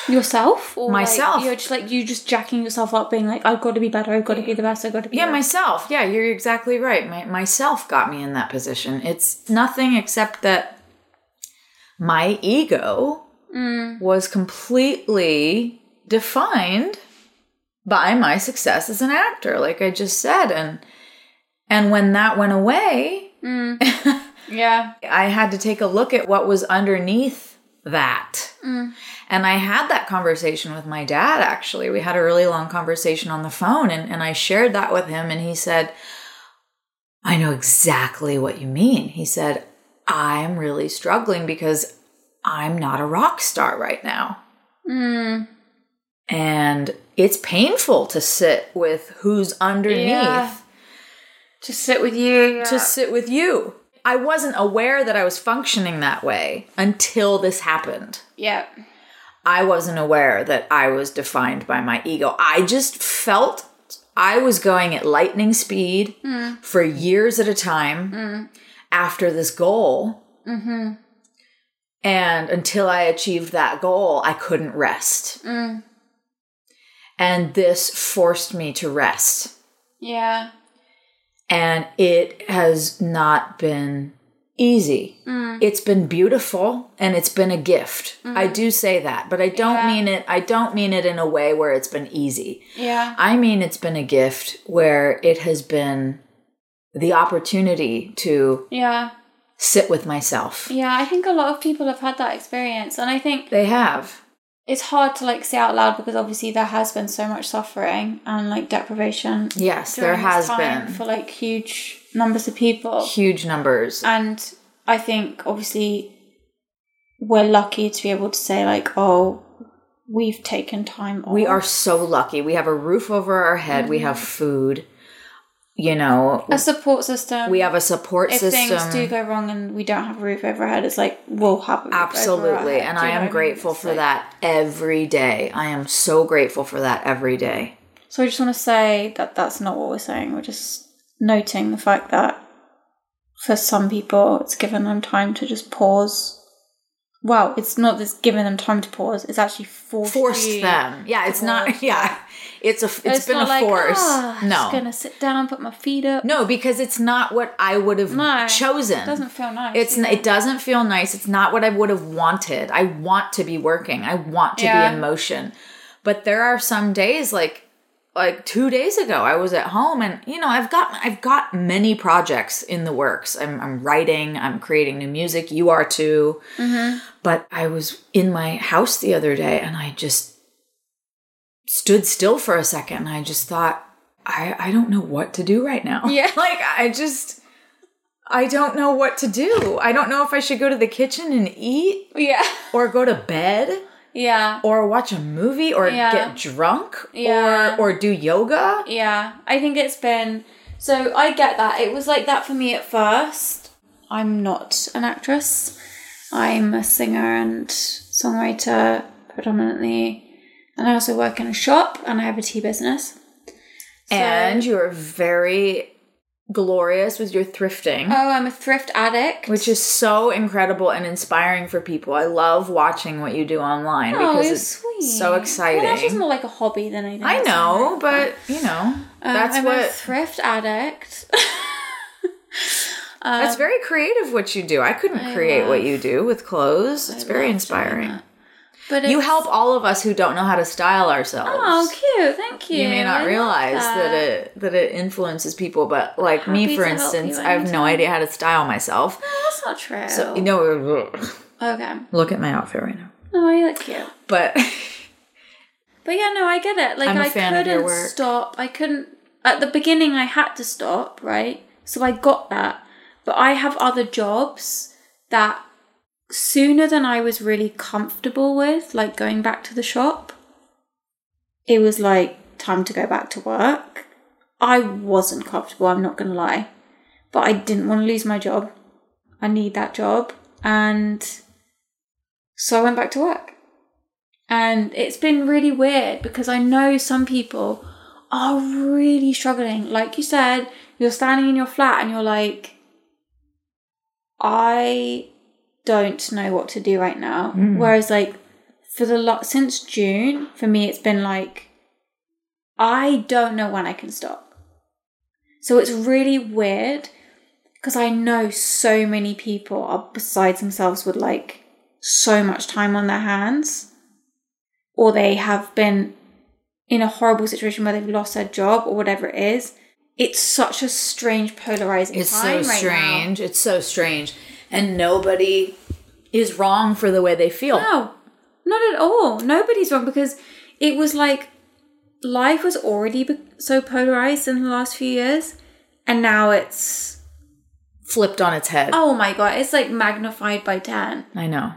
Speaker 2: Yourself or like,
Speaker 3: Myself.
Speaker 2: you're just like you just jacking yourself up, being like, "I've got to be better. I've got to be the best. I've got to be."
Speaker 3: Yeah,
Speaker 2: the best."
Speaker 3: myself. Yeah, you're exactly right. My, myself got me in that position. It's nothing except that my ego was completely defined by my success as an actor, like I just said. And and when that went away,
Speaker 2: yeah,
Speaker 3: I had to take a look at what was underneath that. And I had that conversation with my dad, actually. We had a really long conversation on the phone, and, and I shared that with him. And he said, I know exactly what you mean. He said, I'm really struggling because I'm not a rock star right now. And it's painful to sit with who's underneath
Speaker 2: Yeah. to sit with you.
Speaker 3: to sit with you. I wasn't aware that I was functioning that way until this happened.
Speaker 2: yeah,
Speaker 3: I wasn't aware that I was defined by my ego. I just felt I was going at lightning speed for years at a time after this goal. And until I achieved that goal, I couldn't rest. And this forced me to rest
Speaker 2: yeah.
Speaker 3: and it has not been easy.
Speaker 2: Mm.
Speaker 3: It's been beautiful and it's been a gift.
Speaker 2: Mm-hmm.
Speaker 3: I do say that, but I don't mean it I don't mean it in a way where it's been easy.
Speaker 2: Yeah.
Speaker 3: I mean it's been a gift where it has been the opportunity to
Speaker 2: Yeah.
Speaker 3: sit with myself.
Speaker 2: Yeah. I think a lot of people have had that experience. And I think
Speaker 3: They have.
Speaker 2: it's hard to like say out loud because obviously there has been so much suffering and like deprivation.
Speaker 3: Yes, there
Speaker 2: during this
Speaker 3: has
Speaker 2: time
Speaker 3: been
Speaker 2: For like huge numbers of people.
Speaker 3: huge numbers.
Speaker 2: And I think obviously we're lucky to be able to say, like, oh, we've taken time off.
Speaker 3: we are so lucky. We have a roof over our head, we have
Speaker 2: Mm-hmm.
Speaker 3: food. You know,
Speaker 2: a support system.
Speaker 3: we have a support
Speaker 2: Um, if
Speaker 3: system.
Speaker 2: things do go wrong and we don't have a roof over our head, it's like we'll have a roof over our
Speaker 3: Absolutely.
Speaker 2: head.
Speaker 3: And
Speaker 2: Do you know
Speaker 3: I
Speaker 2: what
Speaker 3: am
Speaker 2: mean?
Speaker 3: grateful
Speaker 2: It's
Speaker 3: for
Speaker 2: like-
Speaker 3: that every day. I am so grateful for that every day.
Speaker 2: So I just want to say that that's not what we're saying. We're just noting the fact that for some people, it's given them time to just pause. Well, it's not this giving them time to pause. It's actually forced,
Speaker 3: Forced
Speaker 2: you
Speaker 3: them. Yeah, it's
Speaker 2: to
Speaker 3: not
Speaker 2: pause.
Speaker 3: yeah. It's a
Speaker 2: And
Speaker 3: it's been a force.
Speaker 2: "Ah, I'm just
Speaker 3: no.
Speaker 2: gonna sit down, put my feet up.
Speaker 3: No, because it's not what I would have
Speaker 2: No,
Speaker 3: chosen.
Speaker 2: it doesn't feel nice.
Speaker 3: It's
Speaker 2: does
Speaker 3: n- it doesn't feel nice. It's not what I would have wanted. I want to be working. I want to
Speaker 2: Yeah.
Speaker 3: be in motion. But there are some days like like 2 days ago I was at home and you know, I've got I've got many projects in the works. I'm I'm writing, I'm creating new music. You are too. But I was in my house the other day and I just stood still for a second and I just thought I I don't know what to do right now.
Speaker 2: Yeah.
Speaker 3: like I just I don't know what to do. I don't know if I should go to the kitchen and eat
Speaker 2: yeah,
Speaker 3: or go to bed
Speaker 2: yeah,
Speaker 3: or watch a movie or
Speaker 2: Yeah.
Speaker 3: get drunk
Speaker 2: Yeah.
Speaker 3: or or do yoga.
Speaker 2: yeah. I think it's been so. I get that. It was like that for me at first. I'm not an actress. I'm a singer and songwriter predominantly, and I also work in a shop and I have a tea business. So-
Speaker 3: And you are very glorious with your thrifting.
Speaker 2: oh, I'm a thrift addict.
Speaker 3: which is so incredible and inspiring for people. I love watching what you do online
Speaker 2: oh,
Speaker 3: because
Speaker 2: you're
Speaker 3: it's
Speaker 2: sweet.
Speaker 3: so exciting.
Speaker 2: Well, that's just more like a hobby than anything.
Speaker 3: I
Speaker 2: else.
Speaker 3: know, but you know,
Speaker 2: Um,
Speaker 3: that's
Speaker 2: I'm a
Speaker 3: what
Speaker 2: thrift addict. uh,
Speaker 3: that's very creative what you do. I couldn't create what you do with clothes. It's very inspiring.
Speaker 2: But
Speaker 3: you
Speaker 2: it's-
Speaker 3: help all of us who don't know how to style ourselves.
Speaker 2: Oh, cute. Thank you.
Speaker 3: You may
Speaker 2: I
Speaker 3: not
Speaker 2: love
Speaker 3: realize that. it that it influences people, but like me,
Speaker 2: Happy
Speaker 3: for
Speaker 2: to help you
Speaker 3: instance, I have no
Speaker 2: anytime.
Speaker 3: idea how to style myself.
Speaker 2: No, that's not true.
Speaker 3: So you know,
Speaker 2: okay.
Speaker 3: look at my outfit right now.
Speaker 2: No, you look cute.
Speaker 3: But
Speaker 2: But yeah, no, I get it. Like
Speaker 3: I'm a
Speaker 2: I
Speaker 3: fan of
Speaker 2: couldn't
Speaker 3: your work.
Speaker 2: stop. I couldn't at the beginning I had to stop, right? So I got that. But I have other jobs that sooner than I was really comfortable with, like going back to the shop, it was like time to go back to work. I wasn't comfortable, I'm not gonna lie. But I didn't want to lose my job. I need that job. And so I went back to work. And it's been really weird because I know some people are really struggling. Like you said, you're standing in your flat and you're like, I don't know what to do right now.
Speaker 3: Hmm.
Speaker 2: Whereas, like, for the lot since June, for me, it's been like, I don't know when I can stop. So it's really weird because I know so many people are besides themselves with like so much time on their hands or they have been in a horrible situation where they've lost their job or whatever it is. It's such a strange polarizing
Speaker 3: it's so
Speaker 2: time right now.
Speaker 3: strange. It's so strange, and nobody is wrong for the way they feel.
Speaker 2: No, not at all. Nobody's wrong because it was like life was already be- so polarized in the last few years, and now it's
Speaker 3: Flipped on its head.
Speaker 2: oh my god, it's like magnified by ten.
Speaker 3: I know.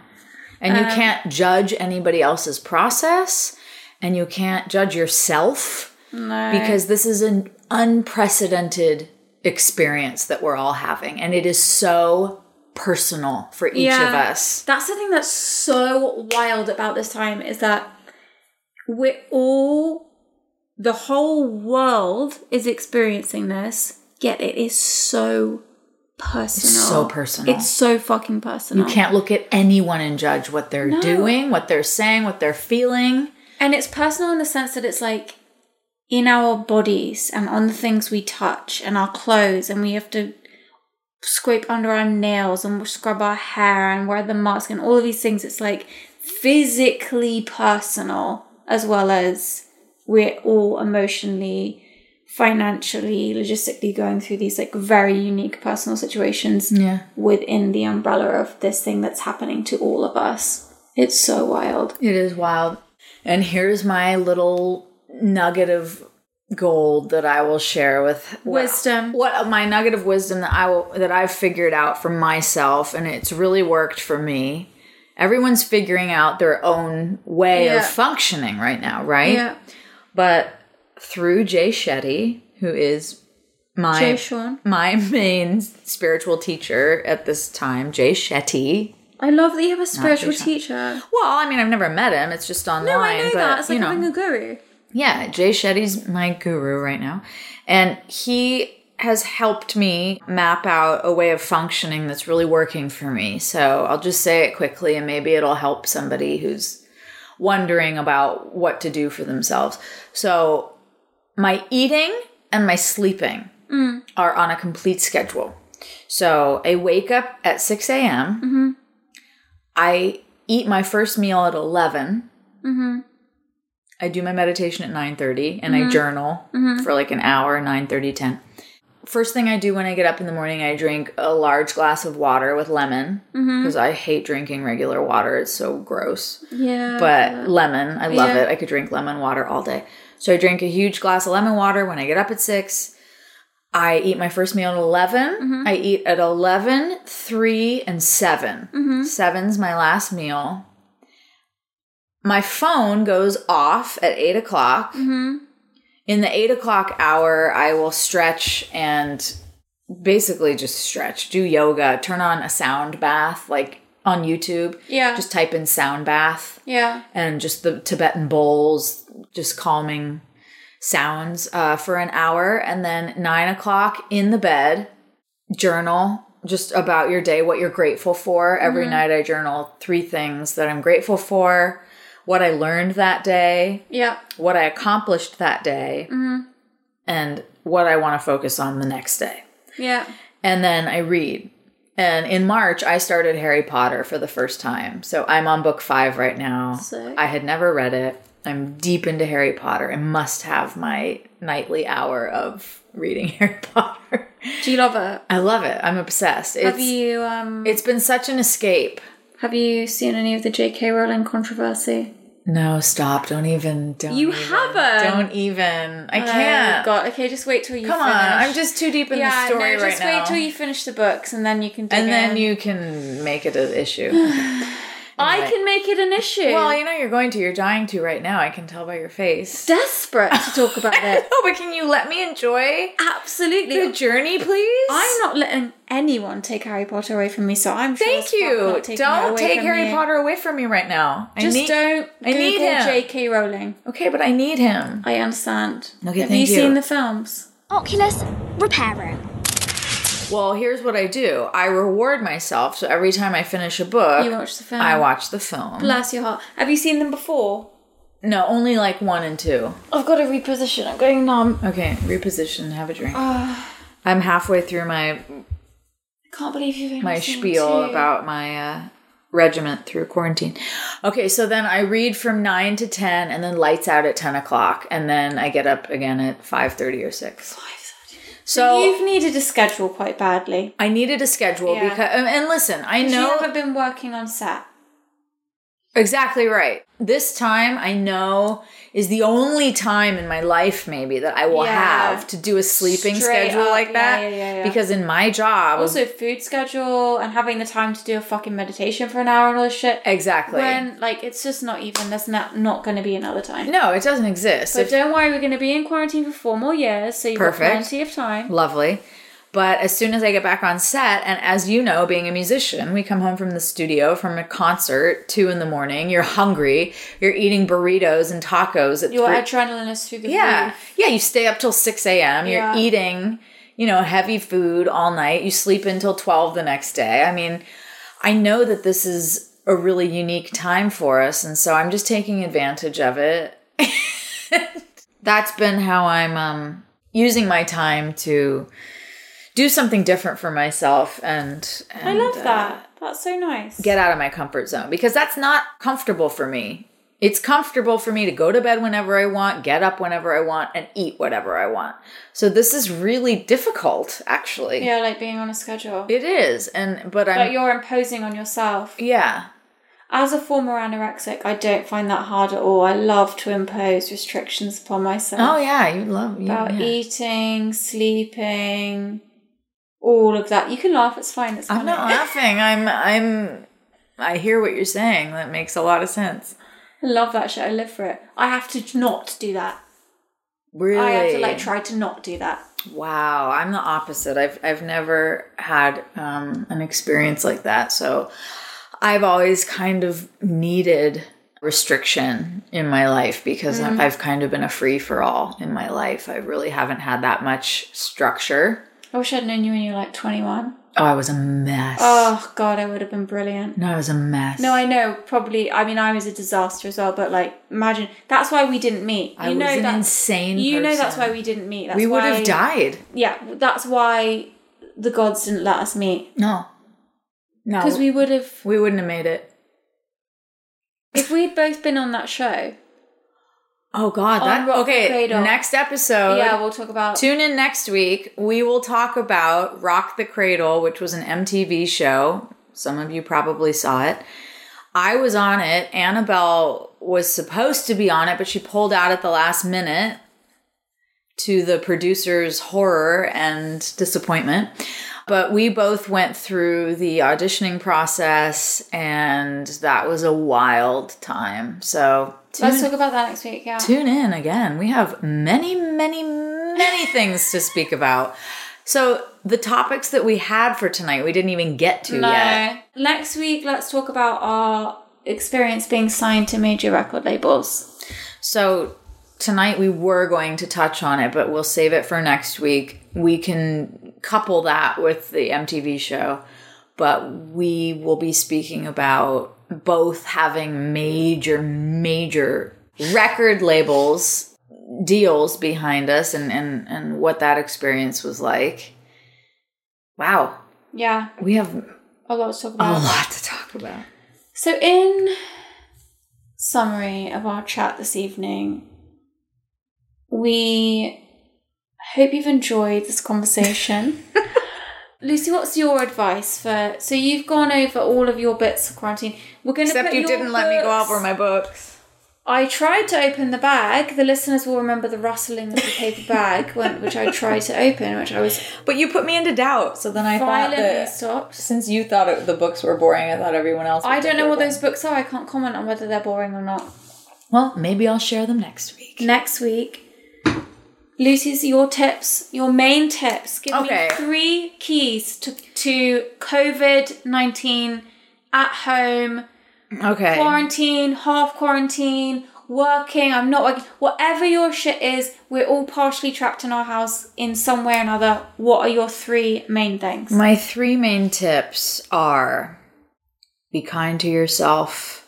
Speaker 3: And
Speaker 2: Um,
Speaker 3: you can't judge anybody else's process and you can't judge yourself
Speaker 2: No,
Speaker 3: because this is an unprecedented experience that we're all having and it is so personal for each of
Speaker 2: Yeah.
Speaker 3: us.
Speaker 2: That's the thing that's so wild about this time is that we're all, the whole world is experiencing this, yet it is so personal.
Speaker 3: so personal.
Speaker 2: It's so fucking
Speaker 3: You
Speaker 2: personal.
Speaker 3: can't look at anyone and judge what they're
Speaker 2: No.
Speaker 3: doing, what they're saying, what they're feeling.
Speaker 2: And it's personal in the sense that it's like in our bodies and on the things we touch and our clothes, and we have to scrape under our nails and scrub our hair and wear the mask and all of these things. It's like physically personal as well as we're all emotionally, financially, logistically going through these like very unique personal situations
Speaker 3: Yeah.
Speaker 2: within the umbrella of this thing that's happening to all of us. It's so wild.
Speaker 3: It is wild. And here's my little nugget of gold that I will share with
Speaker 2: Wisdom.
Speaker 3: What my nugget of wisdom that I will, that I've figured out for myself and it's really worked for me. Everyone's figuring out their own way
Speaker 2: Yeah.
Speaker 3: of functioning right now, right? But through Jay Shetty, who is my
Speaker 2: Jay Sean.
Speaker 3: my main spiritual teacher at this time, Jay Shetty,
Speaker 2: I love that you have a spiritual
Speaker 3: Sean.
Speaker 2: teacher.
Speaker 3: Well, I mean, I've never met him. It's just online.
Speaker 2: No, I know
Speaker 3: but,
Speaker 2: that. It's like
Speaker 3: you know.
Speaker 2: having a guru.
Speaker 3: yeah, Jay Shetty's my guru right now. And he has helped me map out a way of functioning that's really working for me. So I'll just say it quickly and maybe it'll help somebody who's wondering about what to do for themselves. So my eating and my sleeping are on a complete schedule. So I wake up at 6 a.m. I eat my first meal at 11. I do my meditation at 9:30 and I journal for like an hour 9:30 10. First thing I do when I get up in the morning, I drink a large glass of water with lemon because I hate drinking regular water. It's so gross.
Speaker 2: Yeah.
Speaker 3: But lemon, I love
Speaker 2: Yeah.
Speaker 3: it. I could drink lemon water all day. So I drink a huge glass of lemon water when I get up at 6. I eat my first meal at 11.
Speaker 2: Mm-hmm.
Speaker 3: I eat at 11, 3 and 7.
Speaker 2: Mm-hmm.
Speaker 3: 7's my last meal my phone goes off at eight o'clock.
Speaker 2: Mm-hmm.
Speaker 3: In the eight o'clock hour, I will stretch and basically just stretch, do yoga, turn on a sound bath, like on YouTube.
Speaker 2: Yeah.
Speaker 3: Just type in sound bath
Speaker 2: yeah.
Speaker 3: and just the Tibetan bowls, just calming sounds uh, for an hour. And then nine o'clock in the bed, journal just about your day, what you're grateful for. Every night I journal three things that I'm grateful for, what I learned that day,
Speaker 2: Yeah.
Speaker 3: what I accomplished that day, and what I want to focus on the next day.
Speaker 2: Yeah.
Speaker 3: And then I read. And in March, I started Harry Potter for the first time. So I'm on book five right now.
Speaker 2: Sick.
Speaker 3: I had never read it. I'm deep into Harry Potter and must have my nightly hour of reading Harry Potter.
Speaker 2: Do you love it?
Speaker 3: I love it. I'm obsessed.
Speaker 2: Have
Speaker 3: It's,
Speaker 2: you um
Speaker 3: it's been such an escape.
Speaker 2: have you seen any of the J.K. Rowling controversy?
Speaker 3: No, stop. Don't even. Don't
Speaker 2: You
Speaker 3: even,
Speaker 2: haven't.
Speaker 3: Don't even. I
Speaker 2: Oh,
Speaker 3: can't.
Speaker 2: God. Okay, just wait till you
Speaker 3: Come on.
Speaker 2: finish.
Speaker 3: I'm just too deep in
Speaker 2: yeah,
Speaker 3: the story
Speaker 2: no, just
Speaker 3: right
Speaker 2: wait
Speaker 3: now.
Speaker 2: till you finish the books and then you can. Dig
Speaker 3: and then
Speaker 2: in.
Speaker 3: you can make it an issue.
Speaker 2: I can make it an issue.
Speaker 3: well, you know you're going to. You're dying to right now. I can tell by your face.
Speaker 2: desperate to talk about
Speaker 3: no,
Speaker 2: it.
Speaker 3: but can you let me enjoy the
Speaker 2: Absolutely.
Speaker 3: journey, please?
Speaker 2: I'm not letting anyone take Harry Potter away from me, so I'm sure as
Speaker 3: Thank
Speaker 2: fuck
Speaker 3: you.
Speaker 2: not taking it
Speaker 3: Don't
Speaker 2: away
Speaker 3: take
Speaker 2: from
Speaker 3: Harry
Speaker 2: you.
Speaker 3: Potter away from me right now. I
Speaker 2: Just
Speaker 3: need-
Speaker 2: don't
Speaker 3: I
Speaker 2: Google
Speaker 3: need him.
Speaker 2: J.K. Rowling.
Speaker 3: Okay, but I need him.
Speaker 2: I understand.
Speaker 3: Okay,
Speaker 2: Have
Speaker 3: thank
Speaker 2: you
Speaker 3: you.
Speaker 2: seen the films?
Speaker 6: Oculus Repair Room.
Speaker 3: Well, here's what I do. I reward myself. So every time I finish a book,
Speaker 2: You watch the film.
Speaker 3: I watch the film.
Speaker 2: Bless your heart. Have you seen them before?
Speaker 3: No, only like one and two.
Speaker 2: I've got to reposition. I'm going numb.
Speaker 3: Okay, reposition. Have a drink.
Speaker 2: Ah.
Speaker 3: I'm halfway through my
Speaker 2: Can't believe you've only
Speaker 3: my
Speaker 2: seen
Speaker 3: spiel
Speaker 2: two.
Speaker 3: about my uh, regiment through quarantine. Okay, so then I read from nine to ten, and then lights out at ten o'clock, and then I get up again at five thirty or six. So
Speaker 2: You've needed a schedule quite badly.
Speaker 3: I needed a schedule
Speaker 2: Yeah.
Speaker 3: because, and and listen, I
Speaker 2: No, you
Speaker 3: know
Speaker 2: haven't been working on set.
Speaker 3: Exactly right. This time I know is the only time in my life maybe that I will
Speaker 2: Yeah.
Speaker 3: have to do a sleeping
Speaker 2: Straight
Speaker 3: schedule
Speaker 2: up.
Speaker 3: like
Speaker 2: Yeah,
Speaker 3: that
Speaker 2: yeah, yeah, yeah.
Speaker 3: because in my job
Speaker 2: Also, food schedule and having the time to do a fucking meditation for an hour and all this shit.
Speaker 3: exactly.
Speaker 2: When like it's just not even. There's not not going to be another time.
Speaker 3: no, it doesn't exist.
Speaker 2: But
Speaker 3: If-
Speaker 2: don't worry, we're going to be in quarantine for four more years, so you've
Speaker 3: Perfect.
Speaker 2: got plenty of time.
Speaker 3: lovely. But as soon as I get back on set, and as you know, being a musician, we come home from the studio from a concert, two in the morning, you're hungry, you're eating burritos and tacos at
Speaker 2: Your
Speaker 3: three-
Speaker 2: adrenaline is through the
Speaker 3: Yeah.
Speaker 2: roof.
Speaker 3: Yeah, you stay up till 6 a.m. You're
Speaker 2: Yeah.
Speaker 3: eating, you know, heavy food all night. You sleep until 12 the next day. I mean, I know that this is a really unique time for us. And so I'm just taking advantage of it. That's been how I'm um, using my time to do something different for myself and,
Speaker 2: I
Speaker 3: and,
Speaker 2: love
Speaker 3: uh,
Speaker 2: that. That's so nice.
Speaker 3: get out of my comfort zone because that's not comfortable for me. It's comfortable for me to go to bed whenever I want, get up whenever I want, and eat whatever I want. So this is really difficult, actually.
Speaker 2: yeah, like being on a schedule.
Speaker 3: It is, and but
Speaker 2: But
Speaker 3: I'm
Speaker 2: you're imposing on yourself.
Speaker 3: yeah.
Speaker 2: As a former anorexic, I don't find that hard at all. I love to impose restrictions upon myself.
Speaker 3: Oh yeah, you love you.
Speaker 2: About
Speaker 3: yeah.
Speaker 2: eating, sleeping, all of that. You can laugh, it's fine, it's
Speaker 3: I'm
Speaker 2: funny.
Speaker 3: not laughing. I'm I'm. I hear what you're saying. That makes a lot of sense.
Speaker 2: I love that shit, I live for it. I have to not do that.
Speaker 3: Really,
Speaker 2: I have to like try to not do that.
Speaker 3: Wow, I'm the opposite. I've I've never had um, an experience like that, so I've always kind of needed restriction in my life because
Speaker 2: Mm-hmm.
Speaker 3: I've- I've kind of been a free for all in my life. I really haven't had that much structure.
Speaker 2: I wish I'd known you when you were like 21.
Speaker 3: Oh, I was a mess.
Speaker 2: Oh god, I would have been brilliant.
Speaker 3: No, I was a mess.
Speaker 2: No, I know. Probably. I mean, I was a disaster as well. But like, imagine that's why we didn't meet. You
Speaker 3: I
Speaker 2: know
Speaker 3: was an
Speaker 2: that-
Speaker 3: insane
Speaker 2: You know that's
Speaker 3: person.
Speaker 2: why we didn't meet. That's
Speaker 3: we would
Speaker 2: why-
Speaker 3: have died.
Speaker 2: Yeah, that's why the gods didn't let us meet
Speaker 3: No, no,
Speaker 2: because we would have.
Speaker 3: we wouldn't have made it.
Speaker 2: If we'd both been on that show,
Speaker 3: Oh God,
Speaker 2: On
Speaker 3: that
Speaker 2: Rock
Speaker 3: okay.
Speaker 2: Cradle.
Speaker 3: Next episode.
Speaker 2: yeah, we'll talk about.
Speaker 3: Tune in next week. We will talk about Rock the Cradle, which was an MTV show. Some of you probably saw it. I was on it. Annabelle was supposed to be on it, but she pulled out at the last minute to the producer's horror and disappointment. But we both went through the auditioning process, and that was a wild time. So tune,
Speaker 2: let's talk about that next week. Yeah.
Speaker 3: tune in again. We have many, many, many things to speak about. So, the topics that we had for tonight, we didn't even get to
Speaker 2: no.
Speaker 3: yet.
Speaker 2: Next week, let's talk about our experience being signed to major record labels.
Speaker 3: So, tonight we were going to touch on it, but we'll save it for next week. We can couple that with the MTV show, but we will be speaking about both having major, major record labels deals behind us and, and, and what that experience was like. Wow.
Speaker 2: Yeah,
Speaker 3: We have
Speaker 2: a lot to talk about.
Speaker 3: a lot to talk about.
Speaker 2: So, in summary of our chat this evening, we hope you've enjoyed this conversation. Lucy, what's your advice for? So you've gone over all of your bits of quarantine. We're going to
Speaker 3: Except you didn't let me go over my books.
Speaker 2: I tried to open the bag. The listeners will remember the rustling of the paper bag, when, which I tried to open, which I was
Speaker 3: But you put me into doubt, so then I thought
Speaker 2: violently
Speaker 3: that
Speaker 2: stopped.
Speaker 3: since you thought it, the books were boring, I thought everyone else.
Speaker 2: I don't
Speaker 3: would think
Speaker 2: know
Speaker 3: they
Speaker 2: what
Speaker 3: were.
Speaker 2: those books are. I can't comment on whether they're boring or not.
Speaker 3: Well, maybe I'll share them next week.
Speaker 2: next week. Lucy's your tips, your main tips. Give
Speaker 3: Okay.
Speaker 2: me three keys to to COVID nineteen at home
Speaker 3: Okay.
Speaker 2: quarantine, half quarantine, working. I'm not working. Whatever your shit is, we're all partially trapped in our house in some way or another. What are your three main things?
Speaker 3: My three main tips are be kind to yourself,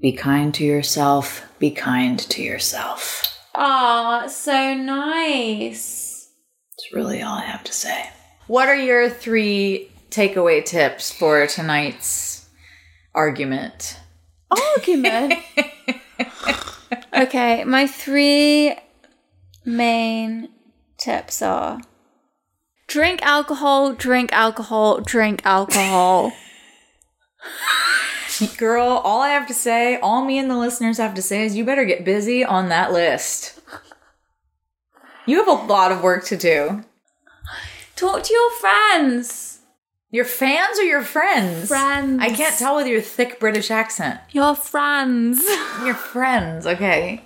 Speaker 3: be kind to yourself, be kind to yourself.
Speaker 2: Ah, that's so nice.
Speaker 3: That's really all I have to say. What are your three takeaway tips for tonight's argument?
Speaker 2: argument. okay, my three main tips are drink alcohol, drink alcohol, drink alcohol.
Speaker 3: Girl, all I have to say, all me and the listeners have to say is you better get busy on that list. You have a lot of work to do.
Speaker 2: Talk to your friends.
Speaker 3: Your fans or your friends?
Speaker 2: Friends.
Speaker 3: I can't tell with your thick British accent.
Speaker 2: Your friends.
Speaker 3: Your friends, okay.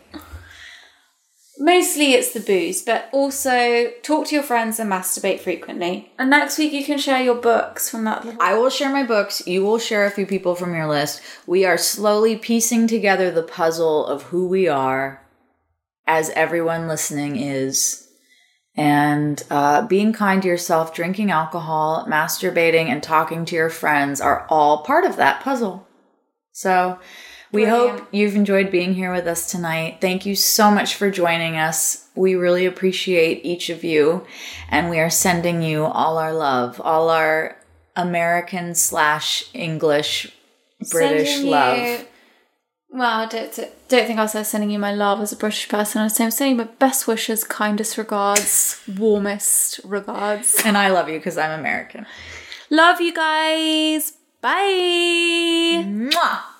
Speaker 2: Mostly it's the booze, but also talk to your friends and masturbate frequently. And next week you can share your books from that little.
Speaker 3: I will share my books. You will share a few people from your list. We are slowly piecing together the puzzle of who we are as everyone listening is. And uh, being kind to yourself, drinking alcohol, masturbating, and talking to your friends are all part of that puzzle. So we
Speaker 2: Brilliant.
Speaker 3: hope you've enjoyed being here with us tonight. Thank you so much for joining us. We really appreciate each of you. And we are sending you all our love, all our American slash English British
Speaker 2: Sending you-
Speaker 3: love.
Speaker 2: Well, I don't, don't think I was there sending you my love as a British person. I was saying, I'm sending you my best wishes, kindest regards, warmest regards.
Speaker 3: And I love you because I'm American.
Speaker 2: Love you guys. Bye.
Speaker 3: Mwah!